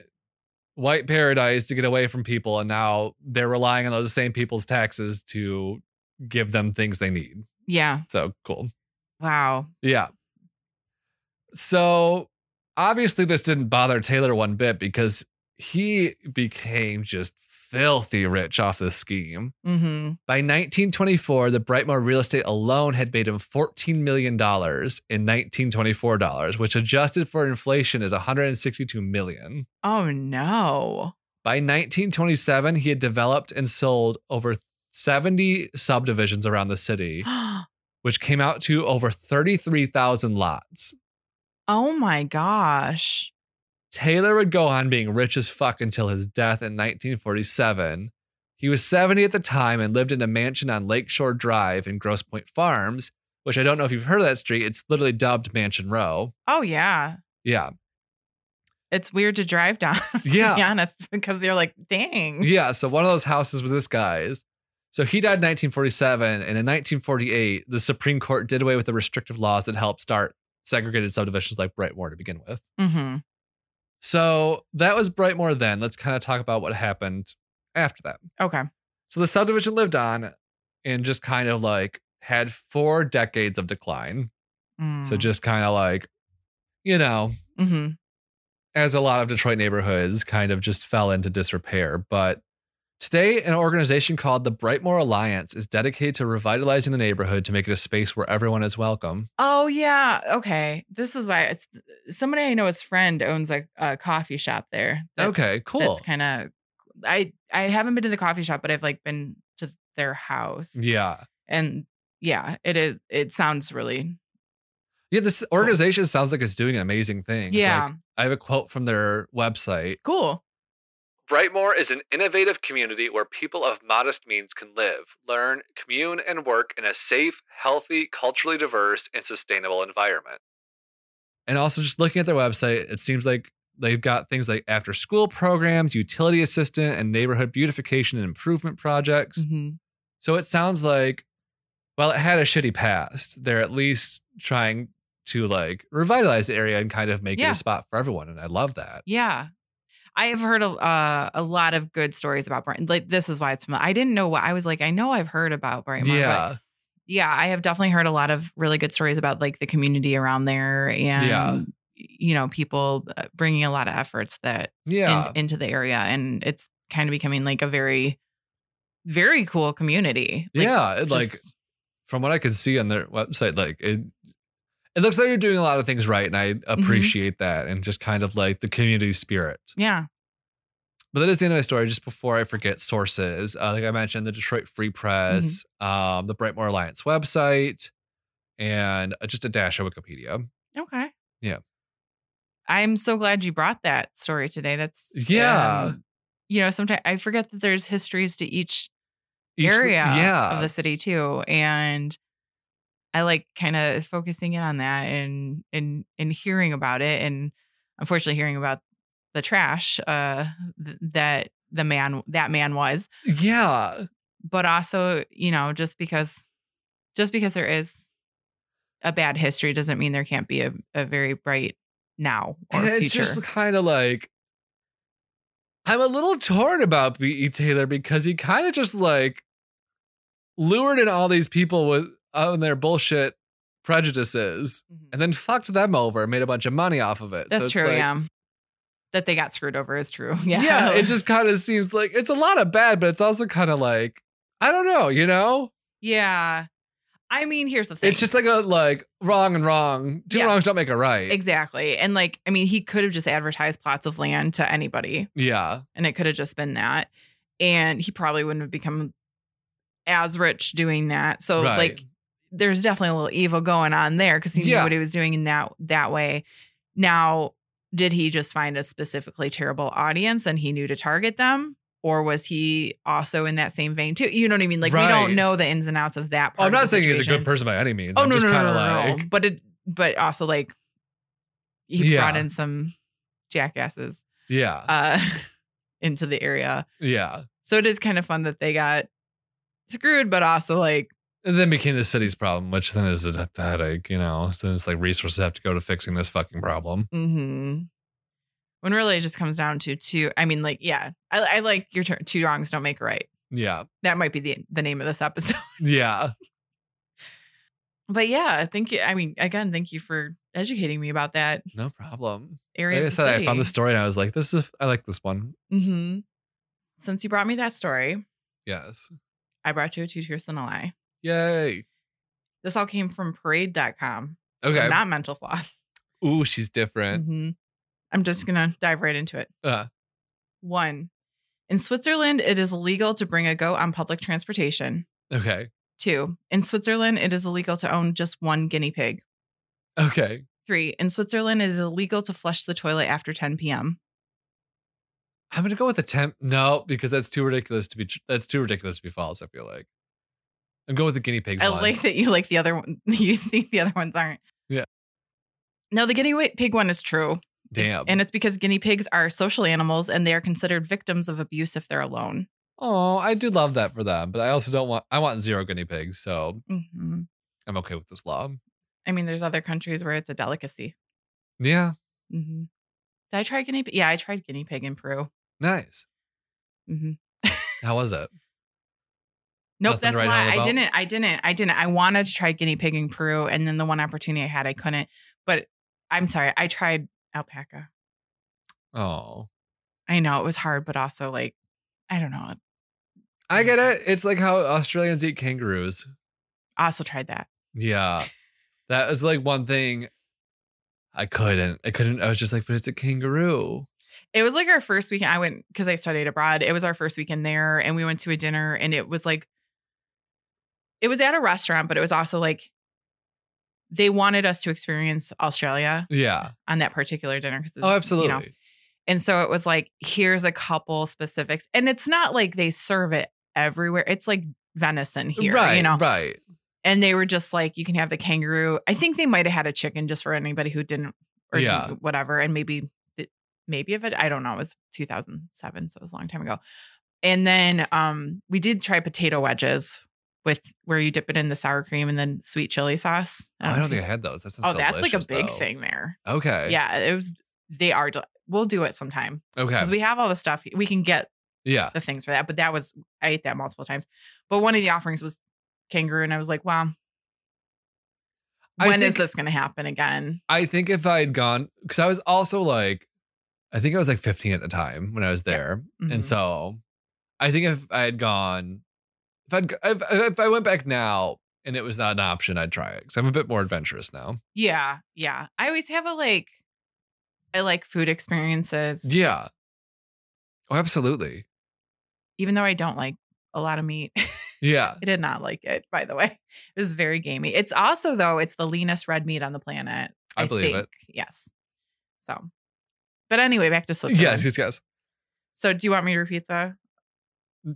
Speaker 2: white paradise to get away from people, and now they're relying on those same people's taxes to give them things they need.
Speaker 3: Yeah.
Speaker 2: So cool.
Speaker 3: Wow.
Speaker 2: Yeah. So obviously, this didn't bother Taylor one bit because he became just filthy rich off this scheme.
Speaker 3: Mm-hmm.
Speaker 2: By 1924, the Brightmoor real estate alone had made him $14 million in 1924 dollars, which adjusted for inflation is $162 million.
Speaker 3: Oh no. [GASPS]
Speaker 2: By 1927, he had developed and sold over 70 subdivisions around the city, which came out to over 33,000 lots.
Speaker 3: oh my gosh.
Speaker 2: Taylor would go on being rich as fuck until his death in 1947. He was 70 at the time and lived in a mansion on Lakeshore Drive in Grosse Pointe Farms, which I don't know if you've heard of that street. It's literally dubbed Mansion Row.
Speaker 3: Oh yeah.
Speaker 2: Yeah.
Speaker 3: It's weird to drive down. [LAUGHS] to
Speaker 2: Yeah.
Speaker 3: Be honest, because you're like, dang.
Speaker 2: Yeah. So one of those houses with this guy's. So he died in 1947. And in 1948, the Supreme Court did away with the restrictive laws that helped start segregated subdivisions like Brightmoor to begin with.
Speaker 3: Mm-hmm.
Speaker 2: So that was Brightmoor then. Let's kind of talk about what happened after that.
Speaker 3: Okay.
Speaker 2: So the subdivision lived on and just kind of like had four decades of decline. So
Speaker 3: Mm.
Speaker 2: just kind of like, you know,
Speaker 3: hmm
Speaker 2: as a lot of Detroit neighborhoods kind of just fell into disrepair. But today, an organization called the Brightmoor Alliance is dedicated to revitalizing the neighborhood to make it a space where everyone is welcome.
Speaker 3: Oh yeah. Okay. This is why it's somebody I know. His friend owns a, a coffee shop there. That's-
Speaker 2: okay, cool.
Speaker 3: That's kind of. I I haven't been to the coffee shop, but I've like been to their house.
Speaker 2: yeah.
Speaker 3: And yeah, it is. It sounds really.
Speaker 2: Yeah, this organization sounds like it's doing amazing things.
Speaker 3: yeah.
Speaker 2: Like, I have a quote from their website.
Speaker 3: cool.
Speaker 2: Brightmoor is an innovative community where people of modest means can live, learn, commune, and work in a safe, healthy, culturally diverse, and sustainable environment. And also, just looking at their website, it seems like they've got things like after school programs, utility assistance, and neighborhood beautification and improvement projects.
Speaker 3: hmm
Speaker 2: So it sounds like, well, it had a shitty past. They're at least trying to like revitalize the area and kind of make it
Speaker 3: Yeah.
Speaker 2: a spot for everyone. And I love that.
Speaker 3: Yeah. I have heard a uh, a lot of good stories about Brighton. Like this is why it's. I didn't know what I was like. I know I've heard about Brighton.
Speaker 2: yeah.
Speaker 3: yeah, I have definitely heard a lot of really good stories about like the community around there and
Speaker 2: Yeah.
Speaker 3: you know people uh, bringing a lot of efforts that
Speaker 2: Yeah.
Speaker 3: in- into the area and it's kind of becoming like a very very cool community. Like,
Speaker 2: yeah. It, like,
Speaker 3: just-
Speaker 2: from what I can see on their website, like it it looks like you're doing a lot of
Speaker 3: Mm-hmm.
Speaker 2: things right, and I appreciate that and just kind of like the community spirit.
Speaker 3: yeah.
Speaker 2: But that is the end of my story. Just before I forget, sources. Uh, like I mentioned, the Detroit Free Press,
Speaker 3: Mm-hmm.
Speaker 2: um, the Brightmore Alliance website, and uh, just a dash of Wikipedia.
Speaker 3: Okay.
Speaker 2: Yeah.
Speaker 3: I'm so glad you brought that story today. That's
Speaker 2: Yeah.
Speaker 3: um, you know, sometimes I forget that there's histories to each,
Speaker 2: Each-
Speaker 3: area
Speaker 2: yeah,
Speaker 3: of the city too, and I like kind of focusing in on that and and and hearing about it, and unfortunately hearing about the trash uh, th- that the man that man was,
Speaker 2: yeah.
Speaker 3: but also you know just because just because there is a bad history doesn't mean there can't be a, a very bright now or
Speaker 2: And it's
Speaker 3: future.
Speaker 2: just kind of like I'm a little torn about B.E. Taylor because he kind of just like lured in all these people with on their bullshit prejudices [LAUGHS]
Speaker 3: Mhm.
Speaker 2: and then fucked them over, and made a bunch of money off of it. So
Speaker 3: That's
Speaker 2: it's
Speaker 3: true.
Speaker 2: like-
Speaker 3: yeah. [LAUGHS] That they got screwed over is true. [LAUGHS] Yeah.
Speaker 2: Yeah. it just kind of seems like it's a lot of bad, but it's also kind of like I don't know, you know?
Speaker 3: yeah. I mean, here's the thing.
Speaker 2: It's just like a like wrong and wrong. Two
Speaker 3: Yes.
Speaker 2: wrongs don't make a right.
Speaker 3: exactly. And like, I mean, he could have just advertised plots of land to anybody
Speaker 2: yeah.
Speaker 3: and it could have just been that. And he probably wouldn't have become as rich doing that. So
Speaker 2: Right.
Speaker 3: like there's definitely a little evil going on there because he
Speaker 2: Yeah.
Speaker 3: knew what he was doing in that that way. Now, did he just find a specifically terrible audience and he knew to target them? Or was he also in that same vein too? You know what I mean? Like we
Speaker 2: Right.
Speaker 3: don't know the ins and outs of that
Speaker 2: Oh,
Speaker 3: part.
Speaker 2: I'm
Speaker 3: of
Speaker 2: not
Speaker 3: the
Speaker 2: saying he's a
Speaker 3: situation.
Speaker 2: good person by any means.
Speaker 3: Oh
Speaker 2: I'm
Speaker 3: no,
Speaker 2: just
Speaker 3: no, no,
Speaker 2: kinda
Speaker 3: no, no,
Speaker 2: like,
Speaker 3: But it but also like he brought
Speaker 2: Yeah.
Speaker 3: in some jackasses
Speaker 2: Yeah.
Speaker 3: uh [LAUGHS] into the area.
Speaker 2: yeah.
Speaker 3: So it is kind of fun that they got screwed, but also like,
Speaker 2: And then became the city's problem, which then is a headache, you know. So it's like resources have to go to fixing this fucking problem.
Speaker 3: mm-hmm. when really it just comes down to two. I mean, like, yeah, I, I like your turn. Two wrongs don't make a right.
Speaker 2: Yeah.
Speaker 3: That might be the the name of this episode. [LAUGHS]
Speaker 2: Yeah.
Speaker 3: But yeah, thank you. I mean, again, thank you for educating me about that
Speaker 2: No problem. Like
Speaker 3: area.
Speaker 2: I
Speaker 3: of the
Speaker 2: said, I found the
Speaker 3: city.
Speaker 2: story and I was like, this is I like this one.
Speaker 3: Mhm. Since you brought me that story,
Speaker 2: Yes.
Speaker 3: I brought you a two truths and a lie.
Speaker 2: Yay.
Speaker 3: This all came from parade.com. so
Speaker 2: Okay.
Speaker 3: not mental floss.
Speaker 2: Ooh, she's different.
Speaker 3: Mhm. I'm just going to dive right into it.
Speaker 2: Uh,
Speaker 3: Mm-hmm. One, in Switzerland, it is illegal to bring a goat on public transportation.
Speaker 2: Uh, okay.
Speaker 3: Two, in Switzerland, it is illegal to own just one guinea pig.
Speaker 2: Okay.
Speaker 3: Three, in Switzerland, it is illegal to flush the toilet after 10 p.m.
Speaker 2: I'm gonna go with a temp. No, because that's too ridiculous to be. Tr- that's too ridiculous to be false. I feel like. I'm going with the guinea pigs.
Speaker 3: I
Speaker 2: one.
Speaker 3: like that you like the other one. [LAUGHS] You think the other ones aren't.
Speaker 2: Yeah.
Speaker 3: No, the guinea wi- pig one is true.
Speaker 2: Damn.
Speaker 3: And it's because guinea pigs are social animals and they are considered victims of abuse if they're alone.
Speaker 2: oh, I do love that for them, but I also don't want. I want zero guinea pigs, so
Speaker 3: Mhm.
Speaker 2: I'm okay with this law.
Speaker 3: I mean, there's other countries where it's a delicacy.
Speaker 2: Yeah.
Speaker 3: hmm Did I try guinea pig? Yeah, I tried guinea pig in Peru.
Speaker 2: Nice.
Speaker 3: hmm
Speaker 2: How was it?
Speaker 3: Nope,
Speaker 2: Nothing
Speaker 3: that's
Speaker 2: to write home
Speaker 3: why I
Speaker 2: about?
Speaker 3: didn't. I didn't. I didn't. I wanted to try guinea pig in Peru, and then the one opportunity I had, I couldn't. But I'm sorry, I tried alpaca.
Speaker 2: Oh,
Speaker 3: I know it was hard, but also like, I don't know.
Speaker 2: I get it. It's like how Australians eat kangaroos.
Speaker 3: I also tried that.
Speaker 2: Yeah,
Speaker 3: [LAUGHS]
Speaker 2: that was like one thing. I couldn't. I couldn't. I was just like, but it's a kangaroo.
Speaker 3: It was like our first weekend. I went because I studied abroad. It was our first weekend there, and we went to a dinner, and it was like, it was at a restaurant, but it was also like, they wanted us to experience Australia
Speaker 2: Yeah.
Speaker 3: on that particular dinner because
Speaker 2: Oh, absolutely.
Speaker 3: And so it was like, here's a couple specifics. And it's not like they serve it everywhere. It's like venison here,
Speaker 2: right.
Speaker 3: you know?
Speaker 2: Right.
Speaker 3: And they were just like, you can have the kangaroo. I think they might have had a chicken just for anybody who didn't or
Speaker 2: Yeah.
Speaker 3: didn't- whatever. And maybe, th- maybe if it, I don't know, it was 2007. So it was a long time ago. And then um, we did try potato wedges with where you dip it in the sour cream and then sweet chili sauce.
Speaker 2: Oh, I don't think I
Speaker 3: know
Speaker 2: had those. That's
Speaker 3: if you- Oh, that's like a big thing there.
Speaker 2: Okay.
Speaker 3: Yeah. It was, they are, del- we'll do it sometime
Speaker 2: Okay.
Speaker 3: because we have all the stuff. We can get
Speaker 2: yeah.
Speaker 3: the things for that. But that was I ate that multiple times. But one of the offerings was kangaroo, and I was like, wow.
Speaker 2: I
Speaker 3: when is
Speaker 2: think-
Speaker 3: this going to happen again?
Speaker 2: I think if I had gone, because I was also like, I think I was like 15 at the time when I was
Speaker 3: Yeah.
Speaker 2: there,
Speaker 3: Mhm.
Speaker 2: and so I think if I had gone, if I'd g- if, uh, if I went back now and it was not an option, I'd try it because I'm a bit more adventurous now.
Speaker 3: Yeah, yeah. I always have a like. I like food experiences.
Speaker 2: Yeah. Oh, absolutely.
Speaker 3: even though I don't like a lot of meat. [LAUGHS]
Speaker 2: Yeah.
Speaker 3: I did not like it, by the way. [LAUGHS] It was very gamey. It's also, though, it's the leanest red meat on the planet.
Speaker 2: I believe it.
Speaker 3: Yes. So, but anyway, back to Switzerland.
Speaker 2: Yes, yes, yes.
Speaker 3: So, do you want me to repeat the?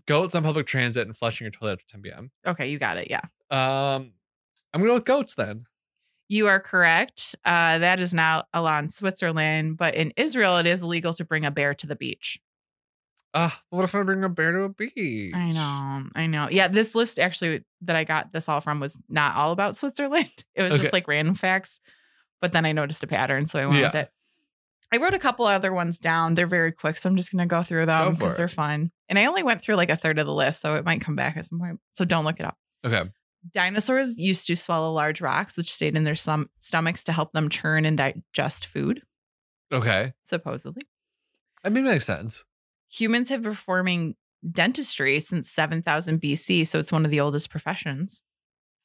Speaker 2: Goats on public transit and flushing your toilet after 10 p.m.
Speaker 3: Okay, you got it. Yeah,
Speaker 2: Um, I'm going to go with goats then.
Speaker 3: you are correct. Uh, that is not allowed in Switzerland, but in Israel, it is illegal to bring a bear to the beach.
Speaker 2: Ah, but what if I bring a bear to a beach?
Speaker 3: I know, I know. Yeah, this list actually that I got this all from was not all about Switzerland. [LAUGHS] It was
Speaker 2: Okay.
Speaker 3: just like random facts, but then I noticed a pattern, so I went with
Speaker 2: Yeah.
Speaker 3: it. I wrote a couple other ones down. They're very quick, so I'm just gonna go through
Speaker 2: Go
Speaker 3: them
Speaker 2: for
Speaker 3: because they're
Speaker 2: it.
Speaker 3: fun. And I only went through like a third of the list, so it might come back at some point. So don't look it up.
Speaker 2: Okay.
Speaker 3: Dinosaurs used to swallow large rocks, which stayed in their stom- stomachs to help them churn and digest food,
Speaker 2: Okay.
Speaker 3: supposedly.
Speaker 2: I mean, makes sense.
Speaker 3: Humans have been performing dentistry since 7000 BC, so it's one of the oldest professions.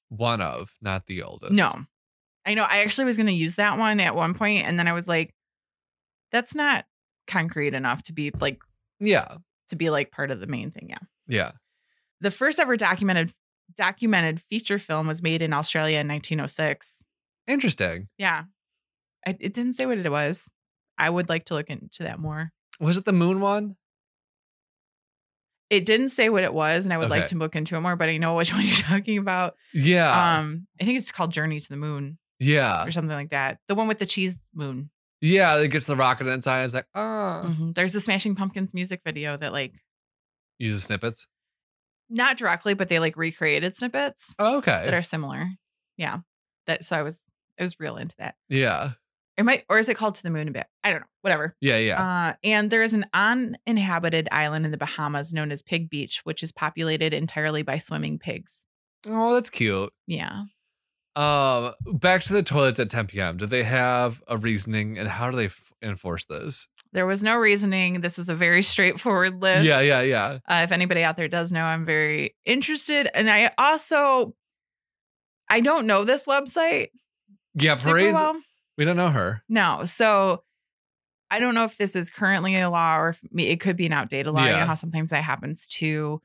Speaker 2: One of, not the oldest.
Speaker 3: No. I know. I actually was going to use that one at one point, and then I was like, that's not concrete enough to be like
Speaker 2: Yeah.
Speaker 3: to be like part of the main thing. Yeah.
Speaker 2: Yeah.
Speaker 3: The first ever documented documented feature film was made in Australia in 1906.
Speaker 2: Interesting.
Speaker 3: Yeah. I, it didn't say what it was. I would like to look into that more.
Speaker 2: Was it the moon one?
Speaker 3: It didn't say what it was, and I would like
Speaker 2: Okay.
Speaker 3: to look into it more, but I know which [LAUGHS] one you're talking about.
Speaker 2: Yeah.
Speaker 3: um, I think it's called Journey to the Moon
Speaker 2: yeah.
Speaker 3: or something like that. The one with the cheese moon.
Speaker 2: Yeah. It gets the rocket inside. It's like, ah.
Speaker 3: Mhm. There's the Smashing Pumpkins music video that like
Speaker 2: Uses snippets.
Speaker 3: not directly, but they like recreated snippets
Speaker 2: Oh,
Speaker 3: that
Speaker 2: okay.
Speaker 3: are similar. Yeah. That so I was I was real into that.
Speaker 2: Yeah.
Speaker 3: It might or is it called to the moon a bit? I don't know. Whatever.
Speaker 2: Yeah. Yeah.
Speaker 3: Uh, and there is an uninhabited island in the Bahamas known as Pig Beach, which is populated entirely by swimming pigs.
Speaker 2: oh, that's cute.
Speaker 3: Yeah.
Speaker 2: Um, back to the toilets at 10 p.m. Do they have a reasoning and how do they f- enforce this?
Speaker 3: There was no reasoning. This was a very [LAUGHS] straightforward list.
Speaker 2: Yeah, yeah, yeah.
Speaker 3: Uh, if anybody out there does know, I'm very interested. And I also, I don't know this website
Speaker 2: Yeah,
Speaker 3: super
Speaker 2: parades.
Speaker 3: well.
Speaker 2: We don't know her.
Speaker 3: No. So I don't know if this is currently a law or if me- it could be an outdated law. You know
Speaker 2: Yeah.
Speaker 3: how sometimes that happens too.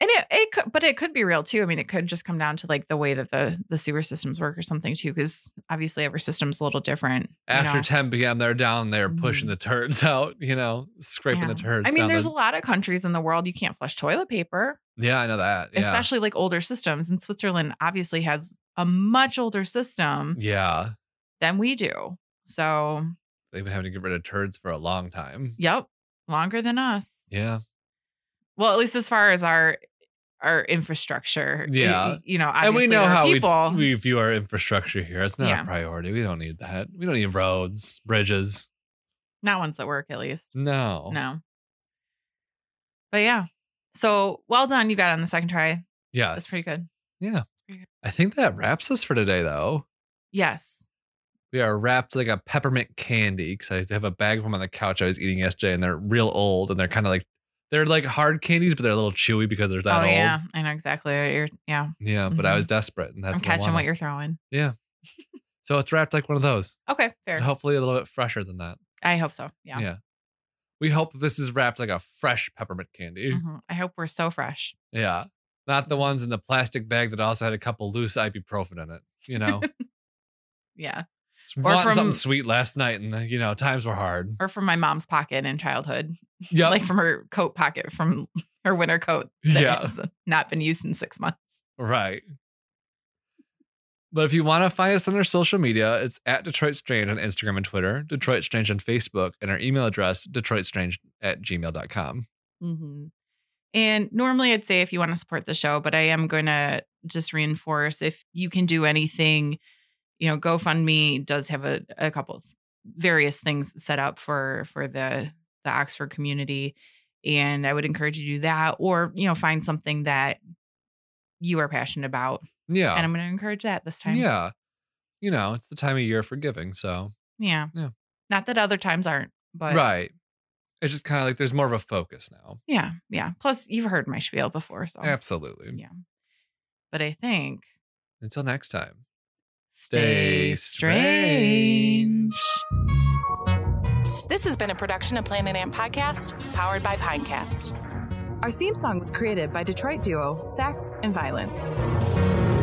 Speaker 3: And it, it could, but it could be real too. I mean, it could just come down to like the way that the the sewer systems work or something too, because obviously every system's a little different. you
Speaker 2: After
Speaker 3: know?
Speaker 2: 10 p.m., they're down there pushing the turds [LAUGHS] out, you know, scraping the
Speaker 3: Mm-hmm. Yeah.
Speaker 2: turds.
Speaker 3: I mean,
Speaker 2: down
Speaker 3: there's
Speaker 2: the-
Speaker 3: a lot of countries in the world you can't flush toilet paper,
Speaker 2: Yeah, I know that. Yeah.
Speaker 3: especially like older systems. And Switzerland obviously has a much older system
Speaker 2: yeah.
Speaker 3: than we do. So,
Speaker 2: They've been having to get rid of turds for a long time.
Speaker 3: yep, longer than us.
Speaker 2: Yeah.
Speaker 3: well at least as far as our our infrastructure y-
Speaker 2: Yeah.
Speaker 3: y- you know
Speaker 2: and
Speaker 3: obviously
Speaker 2: we know
Speaker 3: there are
Speaker 2: how we,
Speaker 3: people
Speaker 2: we view our infrastructure here. It's not
Speaker 3: Yeah.
Speaker 2: a priority. We don't need that. We don't need roads, bridges.
Speaker 3: not ones that work at least
Speaker 2: No.
Speaker 3: no but yeah so well done you got on the second try
Speaker 2: Yeah.
Speaker 3: that's pretty good
Speaker 2: I think that wraps us for today, though.
Speaker 3: yes
Speaker 2: We are wrapped like a peppermint candy because I have a bag of them on the couch I was eating yesterday, and they're real old, and they're kind of like they're like hard candies, but they're a little chewy because they're that
Speaker 3: oh
Speaker 2: old.
Speaker 3: yeah i know exactly what you're yeah
Speaker 2: Yeah, but I
Speaker 3: Mhm.
Speaker 2: was desperate, and that's
Speaker 3: i'm
Speaker 2: what I
Speaker 3: catching what
Speaker 2: wanted.
Speaker 3: you're throwing
Speaker 2: So it's wrapped like one of those,
Speaker 3: okay
Speaker 2: but
Speaker 3: fair
Speaker 2: hopefully a little bit fresher than that.
Speaker 3: i hope so yeah,
Speaker 2: Yeah. We hope this is wrapped like a fresh peppermint candy.
Speaker 3: Mhm. i hope we're so fresh
Speaker 2: Yeah, not the ones in the plastic bag that also had a couple loose ibuprofen in it. You
Speaker 3: [LAUGHS]
Speaker 2: know,
Speaker 3: yeah
Speaker 2: or wanting
Speaker 3: from-
Speaker 2: something sweet last night, and uh, you know times were hard.
Speaker 3: [LAUGHS] or from my mom's pocket in childhood
Speaker 2: Yep.
Speaker 3: like from her coat pocket from [LAUGHS] her winter coat
Speaker 2: [LAUGHS]
Speaker 3: that
Speaker 2: yeah.
Speaker 3: has not been used in six months
Speaker 2: Right. But if you want to find us on our social media, it's at Detroit Strange on Instagram and Twitter, Detroit Strange on Facebook, and our email address, DetroitStrange at gmail.com.
Speaker 3: hmm And normally I'd say if you want to support the show, but I am going to just reinforce if you can do anything, you know, GoFundMe does have a, a couple of various things set up for for the the Oxford community. And I would encourage you to do that or, you know, find something that you are passionate about. And
Speaker 2: Yeah.
Speaker 3: I'm going to encourage that this time.
Speaker 2: Yeah. You know, it's the time of year for giving. So,
Speaker 3: Yeah.
Speaker 2: Yeah.
Speaker 3: Not that other times aren't, but
Speaker 2: right. It's just kind of like there's more of a focus now.
Speaker 3: yeah. Yeah. Plus, you've heard my spiel before. So,
Speaker 2: Absolutely.
Speaker 3: yeah. But I think
Speaker 2: Until next time. Stay
Speaker 3: Stay strange.
Speaker 2: strange.
Speaker 3: This has been a production of Planet Amp Podcast, powered by Pinecast.
Speaker 4: Our theme song was created by Detroit duo Sax and Violence.